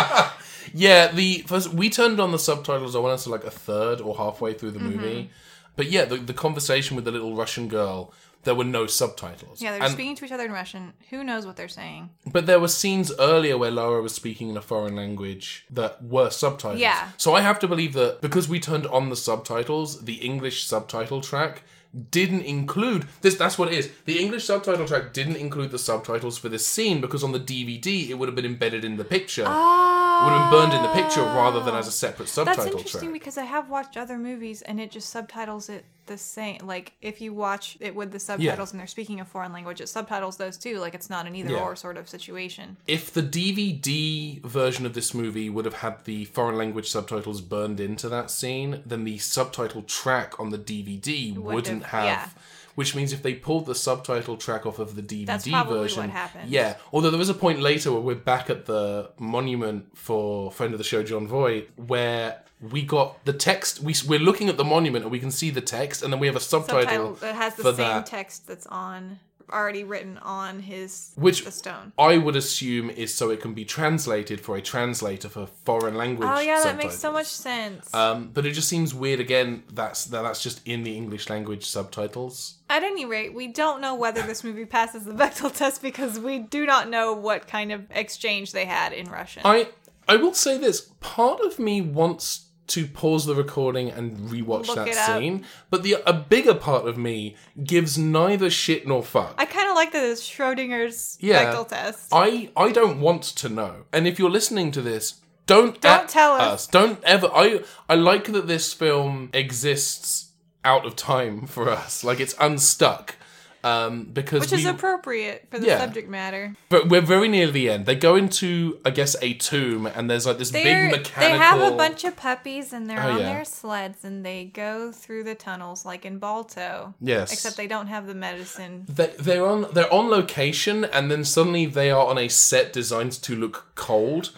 yeah, the first we turned on the subtitles. I want to say like a third or halfway through the movie. Mm-hmm. But yeah, the, the conversation with the little Russian girl, there were no subtitles. Yeah, they're And- speaking to each other in Russian. Who knows what they're saying? But there were scenes earlier where Lara was speaking in a foreign language that were subtitles. Yeah. So I have to believe that because we turned on the subtitles, the English subtitle track didn't include this that's what it is. The English subtitle track didn't include the subtitles for this scene because on the DVD it would have been embedded in the picture. Ah. It would have been burned in the picture rather than as a separate That's subtitle interesting track. because I have watched other movies and it just subtitles it the same. Like if you watch it with the subtitles and they're speaking a foreign language, it subtitles those too. Like it's not an either Yeah. or sort of situation. if the DVD version of this movie would have had the foreign language subtitles burned into that scene, then the subtitle track on the DVD Would wouldn't have- have. yeah. Which means if they pulled the subtitle track off of the DVD probably what version, happened. yeah. Although there was a point later where we're back at the monument for friend of the show John Voight, where we got the text. We, we're looking at the monument and we can see the text, and then we have a subtitle, Subtitle that has the for same that. text that's on already written on his Which- the stone. I would assume is so it can be translated for a translator for foreign language. Oh yeah, that makes so subtitles. much sense. Um, but it just seems weird again. That's that, that's just in the English language subtitles. At any rate, we don't know whether this movie passes the Bechtel test because we do not know what kind of exchange they had in Russian. I I will say this. Part of me wants to pause the recording and rewatch Look that it up. scene, but the a bigger part of me gives neither shit nor fuck. I kind of like that it's Schrodinger's Yeah. Bechtel test. I I don't want to know. And if you're listening to this, don't Don't at tell us. Don't ever. I I like that this film exists out of time for us. Like it's unstuck. Um, because Which is we, appropriate for the Yeah. subject matter. But we're very near the end. They go into, I guess, a tomb, and there's like this They're- big mechanical. They have a bunch of puppies and they're Oh, on yeah. their sleds and they go through the tunnels like in Balto. Yes. Except they don't have the medicine. They, they're on. They're on location, and then suddenly they are on a set designed to look cold,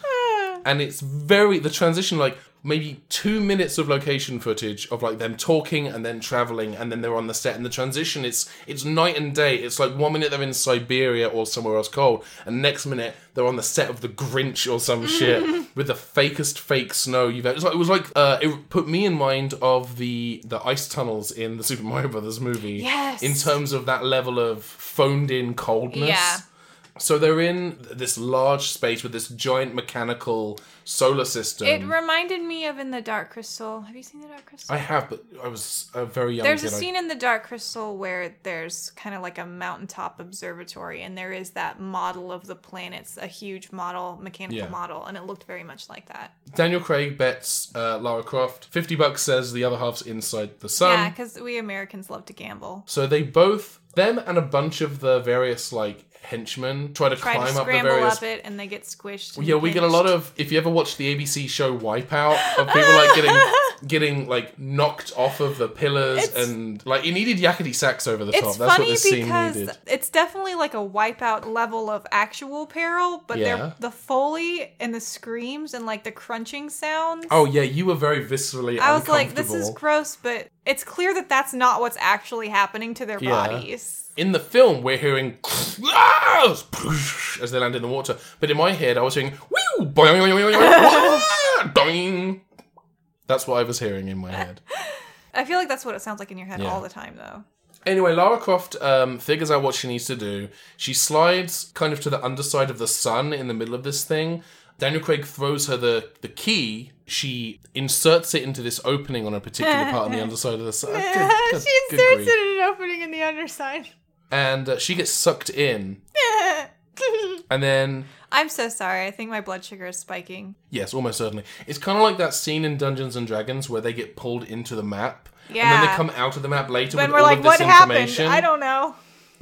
and it's very the transition. Like maybe two minutes of location footage of like them talking and then traveling and then they're on the set and the transition it's it's night and day it's like one minute they're in siberia or somewhere else cold and next minute they're on the set of the grinch or some shit with the fakest fake snow you've ever it's like, it was like uh, it put me in mind of the the ice tunnels in the super mario brothers movie Yes. in terms of that level of phoned in coldness Yeah. so they're in this large space with this giant mechanical solar system. It reminded me of in the Dark Crystal. Have you seen the Dark Crystal? I have, but I was a very young. there's a kid. I- scene in the Dark Crystal where there's kind of like a mountaintop observatory, and there is that model of the planets, a huge model, mechanical Yeah. model, and it looked very much like that. Daniel Craig bets uh, Lara Croft fifty bucks. Says the other half's inside the sun. yeah, because we Americans love to gamble. so they both, them and a bunch of the various like henchmen, try to Try climb to up the scramble various. up it, and they get squished. yeah, we get a lot of. If you ever watch the ABC show Wipeout, of people like getting getting like knocked off of the pillars It's- and like it needed yakety sax over the top. It's That's what funny this scene needed. because it's definitely like a wipeout level of actual peril, but Yeah. they're, the foley and the screams and like the crunching sounds. Oh yeah, you were very viscerally. I was like, this is uncomfortable. gross, but it's clear that that's not what's actually happening to their Yeah. bodies. in the film, we're hearing as they land in the water, but in my head, I was hearing "Whew, boing, boing, boing, boing, wah, doing." That's what I was hearing in my head. I feel like that's what it sounds like in your head Yeah. all the time, though. Anyway, Lara Croft um, figures out what she needs to do. She slides kind of to the underside of the sun in the middle of this thing. Daniel Craig throws her the, the key. She inserts it into this opening on a particular part on the underside of the sun. Good- good- she good inserts grief. it in an opening in the underside. And uh, she gets sucked in. And then I'm so sorry. I think my blood sugar is spiking. Yes, almost certainly. It's kind of like that scene in Dungeons and Dragons where they get pulled into the map. And then they Yeah. come out of the map later But with we're all like, of this what happened? information. I don't know.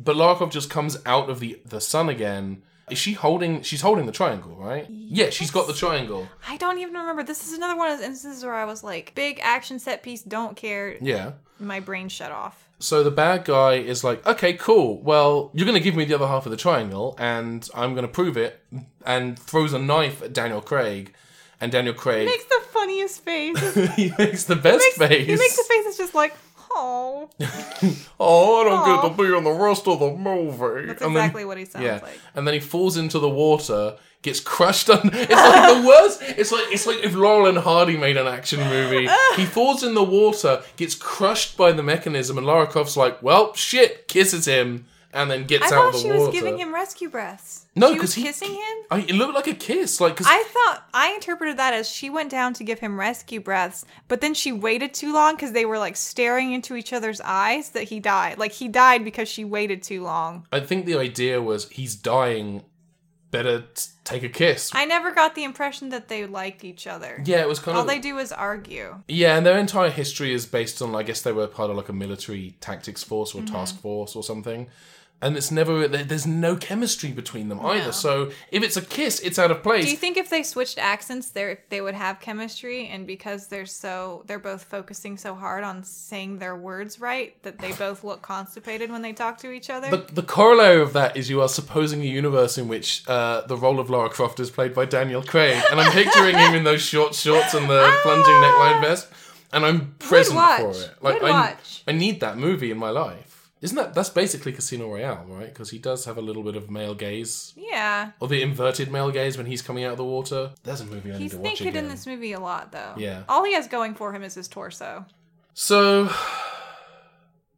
But Larkov just comes out of the the sun again. Is she holding? She's holding the triangle, right? Yeah, she's got the triangle. I don't even remember. This is another one of those instances where I was like, big action set piece, don't care. Yeah. My brain shut off. So the bad guy is like, okay, cool. Well, you're going to give me the other half of the triangle, and I'm going to prove it. And throws a knife at Daniel Craig, and Daniel Craig Makes the funniest face. He he makes the best makes- face. He makes a face that's just like, oh. That's Oh, I don't Aw. get to be on the rest of the movie. And then- exactly what he sounds Yeah, like. and then he falls into the water, gets crushed. Un- it's like the worst. It's like it's like if Laurel and Hardy made an action movie. he falls in the water, gets crushed by the mechanism, and Lara Croft's like, "Well, shit," kisses him, and then I gets out of thought the she water. was giving him rescue breaths. No, she 'cause was he- kissing him. I, it looked like a kiss, like 'cause- I thought I interpreted that as she went down to give him rescue breaths, but then she waited too long because they were like staring into each other's eyes that he died. Like he died because she waited too long. I think the idea was he's dying. Better t- take a kiss. I never got the impression that they liked each other. yeah, it was kind All of they do is argue. Yeah, and their entire history is based on, I guess they were part of like a military tactics force Mm-hmm. or task force or something. And it's never, there- there's no chemistry between them either. So if it's a kiss, it's out of place. Do you think if they switched accents, they they would have chemistry? And because they're so they're both focusing so hard on saying their words right that they both look constipated when they talk to each other. the, the corollary of that is you are supposing a universe in which uh, the role of Lara Croft is played by Daniel Craig. And I'm picturing him in those short shorts and the plunging neckline vest. And I'm present Ah! watch. for it. Like Good I, watch. I need that movie in my life. Isn't that, that's basically Casino Royale, right? Because he does have a little bit of male gaze yeah, Or the inverted male gaze when he's coming out of the water. There's a movie I need he's to watch naked again. in this movie a lot though. Yeah. all he has going for him is his torso. So,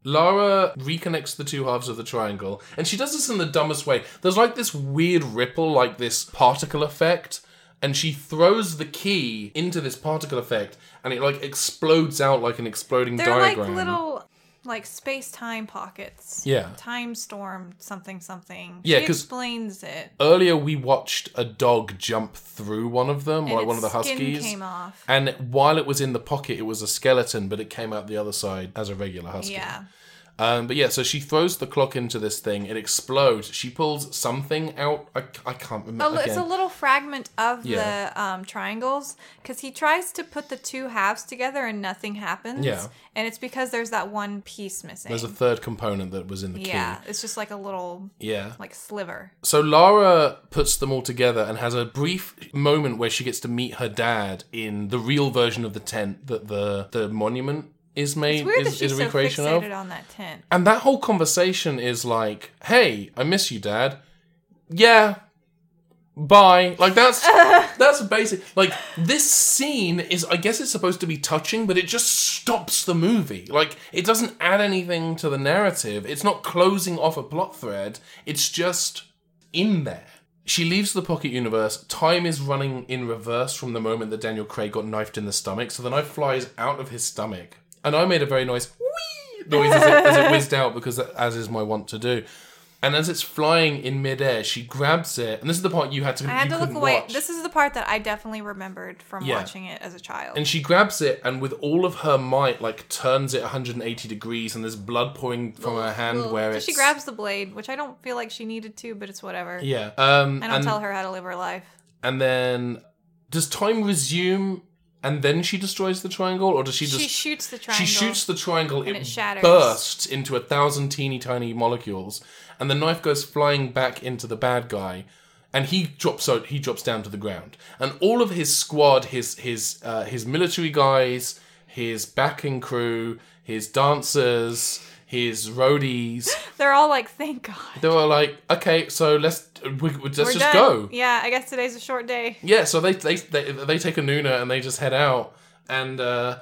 Lara reconnects the two halves of the triangle, and she does this in the dumbest way. There's like this weird ripple, like this particle effect, and she throws the key into this particle effect, and it like explodes out like an exploding They're diagram. like little like space time pockets. Yeah. Time storm something something. Yeah, she 'cause- explains it. Earlier, we watched a dog jump through one of them, like its one of the skin huskies. came off. And while it was in the pocket, it was a skeleton, but it came out the other side as a regular husky. Yeah. Um, but yeah, so she throws the clock into this thing. It explodes. She pulls something out. I, I can't A remember. li- it's a little fragment of Yeah. the um, triangles because he tries to put the two halves together and nothing happens. Yeah. And it's because there's that one piece missing. There's a third component that was in the yeah. key. It's just like a little Yeah. like sliver. So Lara puts them all together and has a brief moment where she gets to meet her dad in the real version of the tent that the the monument is made It's weird is, that she's is a so recreation of. fixated on that tent. And that whole conversation is like, "Hey, I miss you, Dad." Yeah. Bye. Like that's that's basic. Like this scene is, I guess it's supposed to be touching, but it just stops the movie. Like it doesn't add anything to the narrative. It's not closing off a plot thread. It's just in there. She leaves the pocket universe. Time is running in reverse from the moment that Daniel Craig got knifed in the stomach. So the knife flies out of his stomach, and I made a very nice wee noise as it, as it whizzed out because that- as is my want to do. And as it's flying in midair, she grabs it, and this is the part you had to. I had you to look couldn't away. watch. This is the part that I definitely remembered from Yeah. watching it as a child. And she grabs it and with all of her might, like turns it 180 degrees, and there's blood pouring from her hand Well, where so it's. she grabs the blade, which I don't feel like she needed to, but it's whatever. Yeah. Um, I don't and, tell her how to live her life. and then, does time resume, and then she destroys the triangle, or does she just? she shoots the triangle. She shoots the triangle, and it shatters. bursts into a thousand teeny tiny molecules, and the knife goes flying back into the bad guy, and he drops out. He drops down to the ground, and all of his squad, his his uh, his military guys, his backing crew, his dancers, his roadies, They're all like, "Thank God." they were like, okay, so let's we, we- let's We're just done. go. Yeah, I guess today's a short day. Yeah, so they they they, they take a Nuna and they just head out, and uh,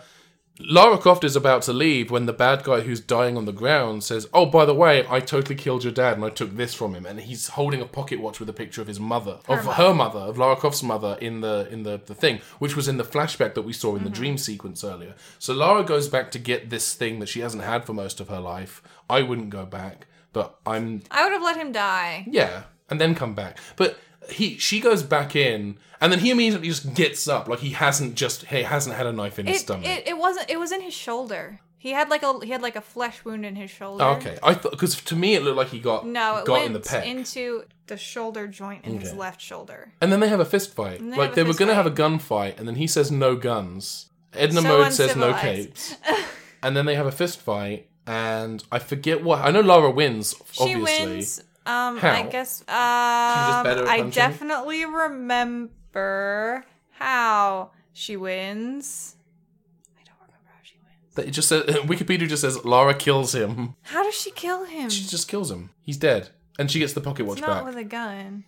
Lara Croft is about to leave when the bad guy who's dying on the ground says, "Oh, by the way, I totally killed your dad, and I took this from him." And he's holding a pocket watch with a picture of his mother, of her mother, of Lara Croft's mother in the in the, the thing, which was in the flashback that we saw in the dream sequence earlier. So Lara goes back to get this thing that she hasn't had for most of her life. I wouldn't go back, but I'm I would have let him die. yeah, and then come back. But he she goes back in, and then he immediately just gets up like he hasn't just he hasn't had a knife in his It, stomach. it it wasn't. It was in his shoulder. He had like a he had like a flesh wound in his shoulder. okay, I thought because to me it looked like he got No, it got went in the pec, into the shoulder joint in his Okay. left shoulder. and then they have a fist fight. they Like have a they were fist going to fight. have a gunfight, and then he says no guns. Edna So Mode says no uncivilized. capes, and then they have a fist fight, and I forget what I know. Lara wins, She obviously. wins. Um, I How? guess. Um, better at I punching? definitely remember how she wins. I don't remember how she wins. It just says, Wikipedia just says Lara kills him. How does she kill him? She just kills him. He's dead, and she gets the pocket watch It's not back. with a gun.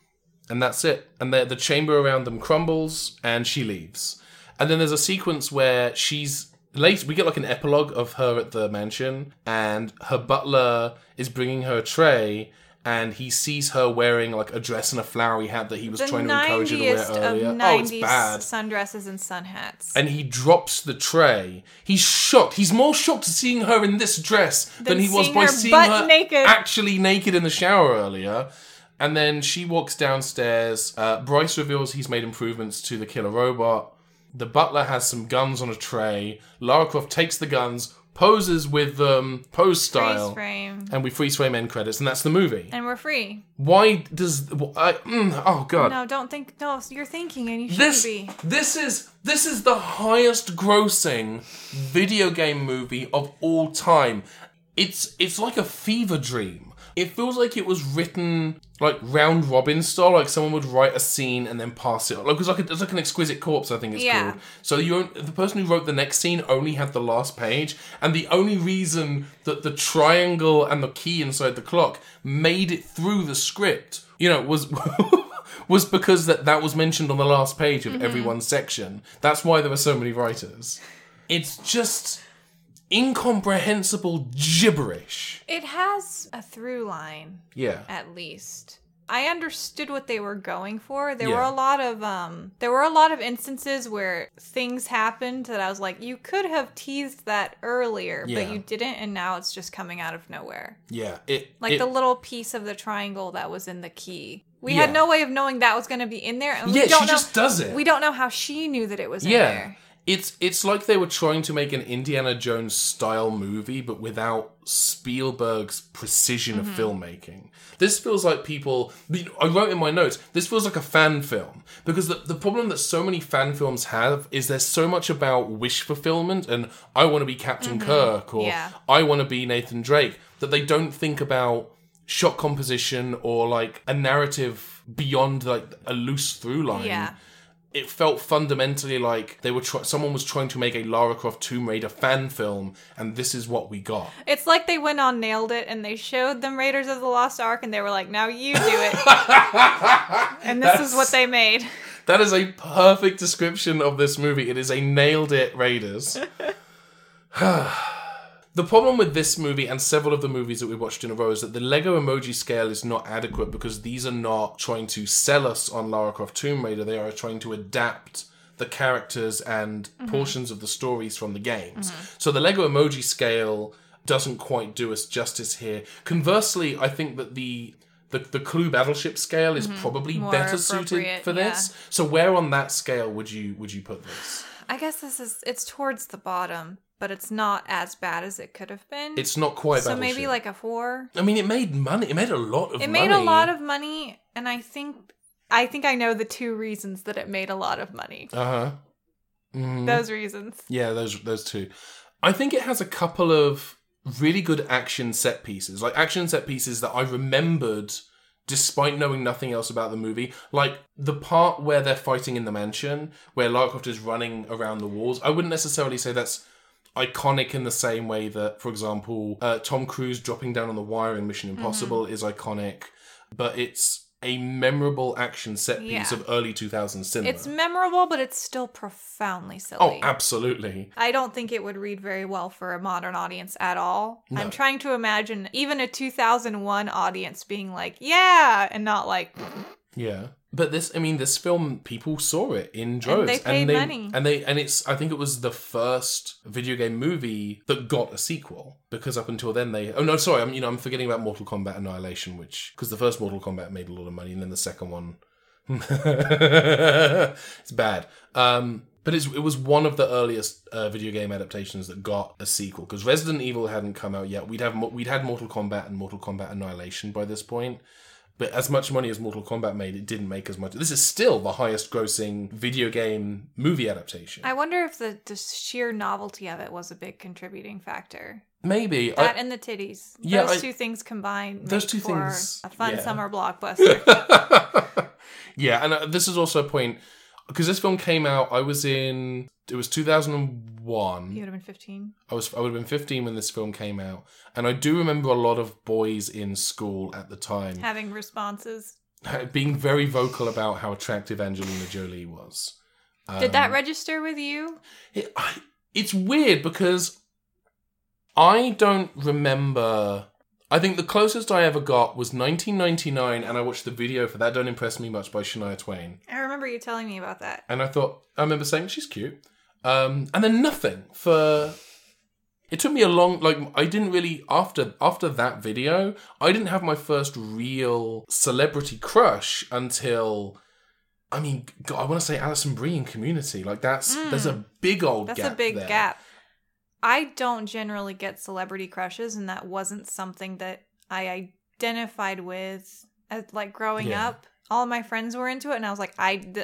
and that's it. And the the chamber around them crumbles, and she leaves. And then there's a sequence where she's late. We get like an epilogue of her at the mansion, and her butler is bringing her a tray, and he sees her wearing like a dress and a flowery hat that he was The trying to encourage her to wear ninetieth earlier. of Oh, it's nineties bad. sundresses and sun hats. And he drops the tray. He's shocked. He's more shocked at seeing her in this dress than, Than he was seeing by her seeing butt her naked. actually naked in the shower earlier. And then she walks downstairs. Uh, Bryce reveals he's made improvements to the killer robot. The butler has some guns on a tray. Lara Croft takes the guns, poses with them, pose Freeze style, frame. and we freeze frame end credits, and that's the movie. And we're free. Why does? wh- I, mm, oh god, No, don't think. No, you're thinking, and you shouldn't this be. this is this is the highest grossing video game movie of all time. It's it's like a fever dream. It feels like it was written like round robin style, like someone would write a scene and then pass it. on. Like it was like a, it's like an exquisite corpse, I think it's Yeah. called. So you on- the person who wrote the next scene only had the last page, and the only reason that the triangle and the key inside the clock made it through the script, you know, was was because that that was mentioned on the last page Mm-hmm. of everyone's section. That's why there were so many writers. It's just incomprehensible gibberish. It has a through line. Yeah. at least. I understood what they were going for. There were Yeah. a lot of um there were a lot of instances where things happened that I was like, you could have teased that earlier, Yeah. but you didn't and now it's just coming out of nowhere. Yeah. It Like it- the little piece of the triangle that was in the key. We Yeah. had no way of knowing that was going to be in there and Yeah, we she don't know just does it. we don't know how she knew that it was in Yeah. there. It's it's like they were trying to make an Indiana Jones style movie, but without Spielberg's precision of Mm-hmm. filmmaking. This feels like people. I wrote in my notes. This feels like a fan film because the the problem that so many fan films have is there's so much about wish fulfillment and I want to be Captain Kirk or Mm-hmm. Yeah. I want to be Nathan Drake that they don't think about shot composition or like a narrative beyond like a loose through line Yeah. it felt fundamentally like they were try- someone was trying to make a Lara Croft Tomb Raider fan film, and this is what we got. It's like they went on Nailed It and they showed them Raiders of the Lost Ark and they were like, now you do it. and this is what they made. That is a perfect description of this movie. It is a nailed it Raiders. the problem with this movie and several of the movies that we watched in a row is that the Lego emoji scale is not adequate because these are not trying to sell us on Lara Croft Tomb Raider. They are trying to adapt the characters and Mm-hmm. portions of the stories from the games. So the Lego emoji scale doesn't quite do us justice here. Conversely, I think that the the, the Clue Battleship scale is probably Mm-hmm. More better suited appropriate, for yeah. this. So where on that scale would you would you put this? I guess this is it's towards the bottom, but it's not as bad as it could have been. It's not quite. so Battleship. maybe like a four. I mean, it made money. It made a lot of. It money. made a lot of money, and I think I think I know the two reasons that it made a lot of money. Uh huh. Those reasons. Mm-hmm. Yeah, those those two. I think it has a couple of really good action set pieces, like action set pieces that I remembered despite knowing nothing else about the movie. Like the part where they're fighting in the mansion, where Lara Croft is running around the walls. I wouldn't necessarily say that's iconic in the same way that, for example, uh, Tom Cruise dropping down on the wire in Mm-hmm. Mission Impossible is iconic, but it's a memorable action set piece Yeah. of early 2000s cinema. It's memorable, but it's still profoundly oh, silly. absolutely. I don't think it would read very well for a modern audience at all. I'm trying to imagine even a 2001 audience being like, "Yeah," and not like, Yeah. But this, I mean, this film, people saw it in droves, they paid money. and they, and it's. I think it was the first video game movie that got a sequel because up until then they. Oh no, sorry, I'm you know I'm forgetting about Mortal Kombat Annihilation, which because the first Mortal Kombat made a lot of money, and then the second one, it's bad. Um, but it's, it was one of the earliest uh, video game adaptations that got a sequel because Resident Evil hadn't come out yet. We'd have mo- we'd had Mortal Kombat and Mortal Kombat Annihilation by this point. But as much money as Mortal Kombat made, it didn't make as much. This is still the highest grossing video game movie adaptation. "I wonder if the, the sheer novelty of it was a big contributing factor." Maybe. That I- and the titties. Yeah, those I- two things combined. Those make two for things- A fun yeah. summer blockbuster. yeah, and uh, this is also a point because this film came out. I was in. It was 2001. you would have been 15. I was I would have been 15 when this film came out, and I do remember a lot of boys in school at the time Having responses. being very vocal about how attractive Angelina Jolie was. Um, Did that register with you? It, I, it's weird because I don't remember. I think the closest I ever got was 1999, and I watched the video for that. Don't impress me much by Shania Twain, I remember you telling me about that. and I thought I remember saying she's cute, um, and then nothing for. It took me a long like I didn't really after after that video I didn't have my first real celebrity crush until. I mean, God, I want to say Alison Brie in Community. Like that's there's a big old Hmm. That's gap a big there. gap. I don't generally get celebrity crushes, and that wasn't something that I identified with as like growing Yeah. up. All my friends were into it, and I was like, I, d-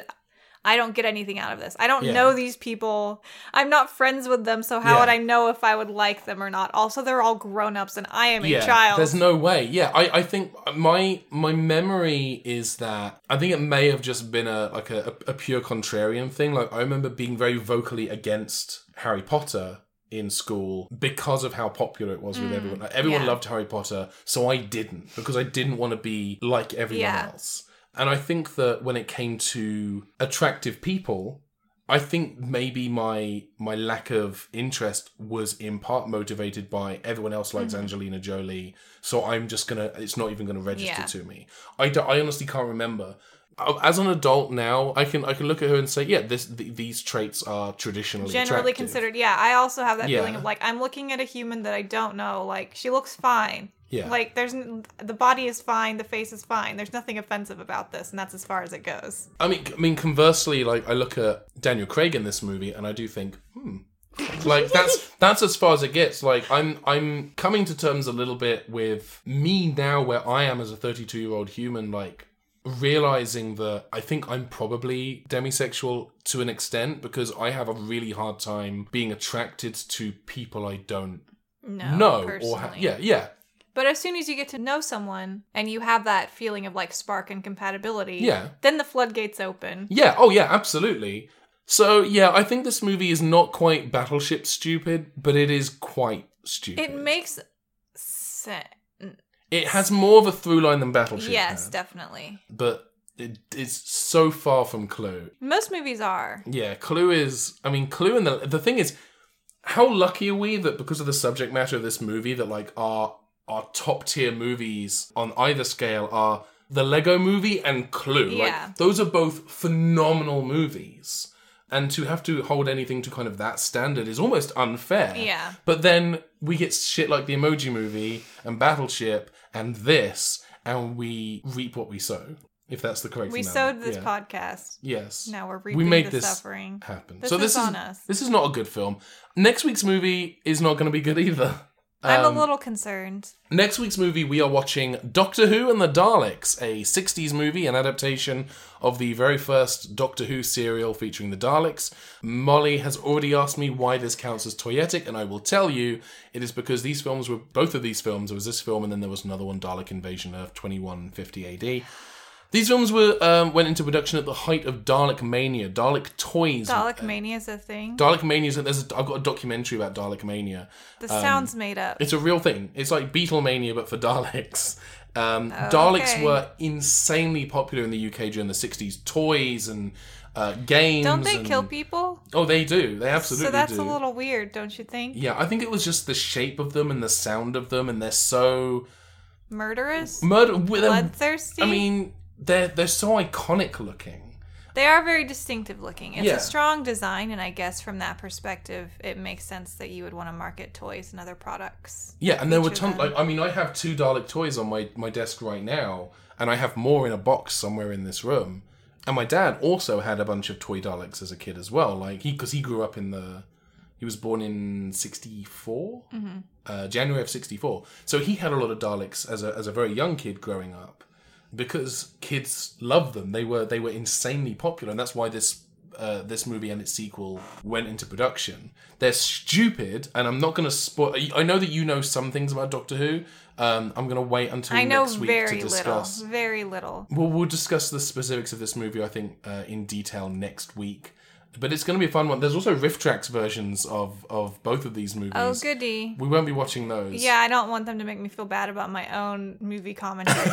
I don't get anything out of this. I don't Yeah. know these people. I'm not friends with them, so how Yeah. would I know if I would like them or not? Also, they're all grown ups, and I am a child. There's no way. Yeah, I, I think my my memory is that I think it may have just been a like a, a pure contrarian thing. Like I remember being very vocally against Harry Potter in school because of how popular it was with everyone. Like, everyone Mm, yeah. loved Harry Potter, so I didn't because I didn't want to be like everyone Yeah. else. And I think that when it came to attractive people, I think maybe my my lack of interest was in part motivated by everyone else likes Mm-hmm. Angelina Jolie, so I'm just gonna. It's not even gonna register Yeah. to me. I, do- I honestly can't remember. Uh, As an adult now, I can I can look at her and say, yeah, this th- these traits are traditionally generally attractive. considered yeah i also have that Yeah. feeling of like i'm looking at a human that i don't know like she looks fine Yeah. Like there's n- the body is fine, the face is fine. There's nothing offensive about this, and that's as far as it goes. I mean, I mean, conversely, like I look at Daniel Craig in this movie, and I do think, hmm, like that's that's as far as it gets. Like I'm I'm coming to terms a little bit with me now, where I am as a 32 year old human, like realizing that I think I'm probably demisexual to an extent because I have a really hard time being attracted to people I don't No. know or ha- personally. yeah, yeah, But as soon as you get to know someone and you have that feeling of like spark and compatibility, Yeah. then the floodgates open. Yeah, oh yeah, absolutely. So yeah, I think this movie is not quite battleship stupid, but it is quite stupid. It makes sense. It has more of a through line than battleship. Yes, had, definitely. but it is so far from Clue. Most movies are. Yeah, Clue is. I mean, Clue and the the thing is, how lucky are we that because of the subject matter of this movie, that like our our top tier movies on either scale are the Lego Movie and Clue. Yeah. Like those are both phenomenal movies, and to have to hold anything to kind of that standard is almost unfair. Yeah. But then we get shit like the Emoji Movie and Battleship and this, and we reap what we sow. If that's the correct We analogy. sowed this Yeah. podcast. Yes. Now we're We reaping made the this suffering. happen. This so this is is, on us. this is not a good film. Next week's movie is not going to be good either. I'm Um, a little concerned. Next week's movie we are watching Doctor Who and the Daleks, a 60s movie, an adaptation of the very first Doctor Who serial featuring the Daleks. Molly has already asked me why this counts as toyetic and I will tell you it is because these films were both of these films, there was this film and then there was another one Dalek Invasion Earth 2150 AD. These films were um, went into production at the height of Dalek mania. Dalek toys Dalek Mania is a thing. Dalek Mania is there's a, I've got a documentary about Dalek Mania. the sound's made up. It's a real thing. It's like Beatlemania but for Daleks. Um, Daleks Oh, okay. were insanely popular in the UK during the 60s. Toys and uh, games. Don't they and- kill people? Oh, they do. They absolutely So that's do. a little weird, don't you think? Yeah, I think it was just the shape of them and the sound of them, and they're so Murderous? murder. with a- Bloodthirsty? I mean, they're they're so iconic looking. They are very distinctive looking. It's Yeah. a strong design, and I guess from that perspective, it makes sense that you would want to market toys and other products. Yeah, and there were Feature tons. them. Like, I mean, I have two Dalek toys on my my desk right now, and I have more in a box somewhere in this room. And my dad also had a bunch of toy Daleks as a kid as well. Like he, because he grew up in the, he was born in '64, uh, January of '64. So he had a lot of Daleks as a as a very young kid growing up, because kids loved them. They were they were insanely popular, and that's why this. Uh, this movie and its sequel went into production. They're stupid, and I'm not going to spoil. I know that you know some things about Doctor Who. Um, I'm going to wait until I know next week to very little. discuss. Very little. Well, we'll discuss the specifics of this movie, I think, uh, in detail next week. But it's going to be a fun one. There's also riff tracks versions of of both of these movies. Oh, goody. We won't be watching those. Yeah, I don't want them to make me feel bad about my own movie commentary.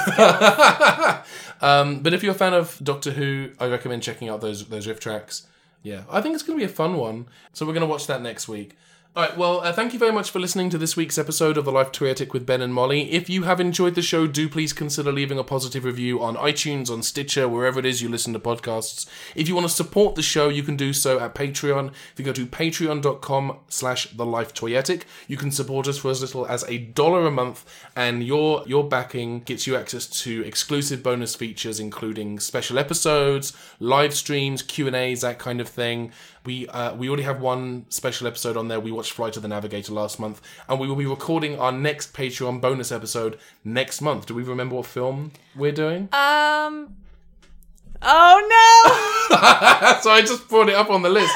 um, but if you're a fan of Doctor Who, I recommend checking out those those riff tracks. Yeah, I think it's going to be a fun one. So we're going to watch that next week. All right. Well, uh, thank you very much for listening to this week's episode of the Life Toyetic with Ben and Molly. If you have enjoyed the show, do please consider leaving a positive review on iTunes, on Stitcher, wherever it is you listen to podcasts. If you want to support the show, you can do so at Patreon. If you go to patreon.com/slash the Life Toyetic, you can support us for as little as a dollar a month, and your your backing gets you access to exclusive bonus features, including special episodes, live streams, Q and A's, that kind of thing. We uh, we already have one special episode on there. We watched Flight of the Navigator last month, and we will be recording our next Patreon bonus episode next month. Do we remember what film we're doing? um. Oh so I just brought it up on the list.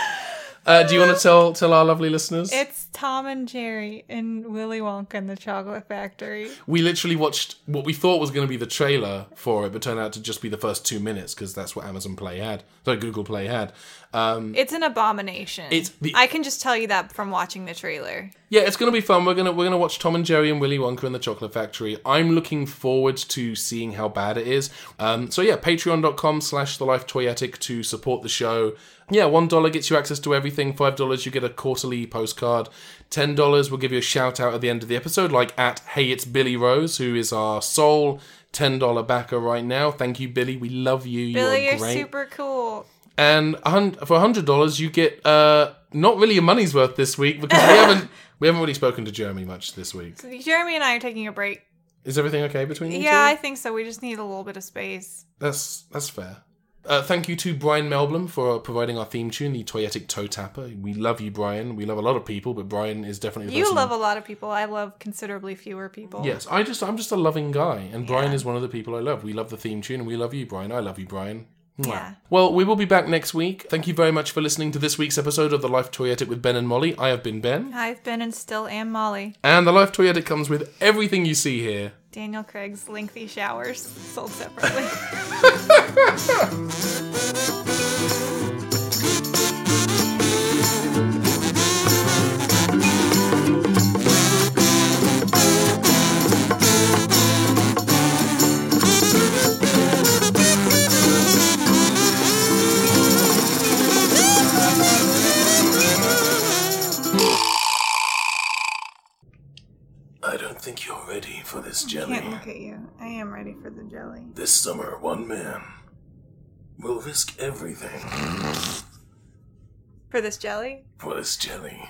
Uh, do you want to tell tell our lovely listeners? It's Tom and Jerry in Willy Wonka and the Chocolate Factory. we literally watched what we thought was going to be the trailer for it, but turned out to just be the first two minutes because that's what Amazon Play had, so Google Play had. Um, no! It's an abomination. It's the- I can just tell you that from watching the trailer. yeah, it's going to be fun. We're gonna we're gonna watch Tom and Jerry and Willy Wonka and the Chocolate Factory. I'm looking forward to seeing how bad it is. Um, so yeah, Patreon.com/slash The Life Toyetic to support the show. Yeah, one dollar gets you access to everything. Five dollars you get a quarterly postcard. Ten dollars will give you a shout out at the end of the episode, like at Hey, it's Billy Rose, who is our sole. $10 backer right now. Thank you, Billy. We love you. Billy, you are you're great super cool. and a hun- for hundred dollars you get uh, not really your money's worth this week because we haven't we haven't really spoken to Jeremy much this week. Jeremy and I are taking a break Is everything okay between you Yeah, I two? think so. We just need a little bit of space. That's that's fair. Uh, thank you to Brian Melblum for uh, providing our theme tune, the Toyetic Toe Tapper. We love you, Brian. We love a lot of people, but Brian is definitely the You person- love a lot of people. I love considerably fewer people. Yes, I just I'm just a loving guy, and Brian is one of the people I love. We love the theme tune, and we love you, Brian. I love you, Brian. Mwah. Yeah. Well, we will be back next week. Thank you very much for listening to this week's episode of the Life Toyetic with Ben and Molly. I have been Ben, I've been and still am Molly. and the Life Toyetic comes with everything you see here. Daniel Craig's lengthy showers, sold separately. I don't think you're ready for this Can't look at you. I am ready for the jelly. This summer, one man will risk everything For this jelly? for this jelly.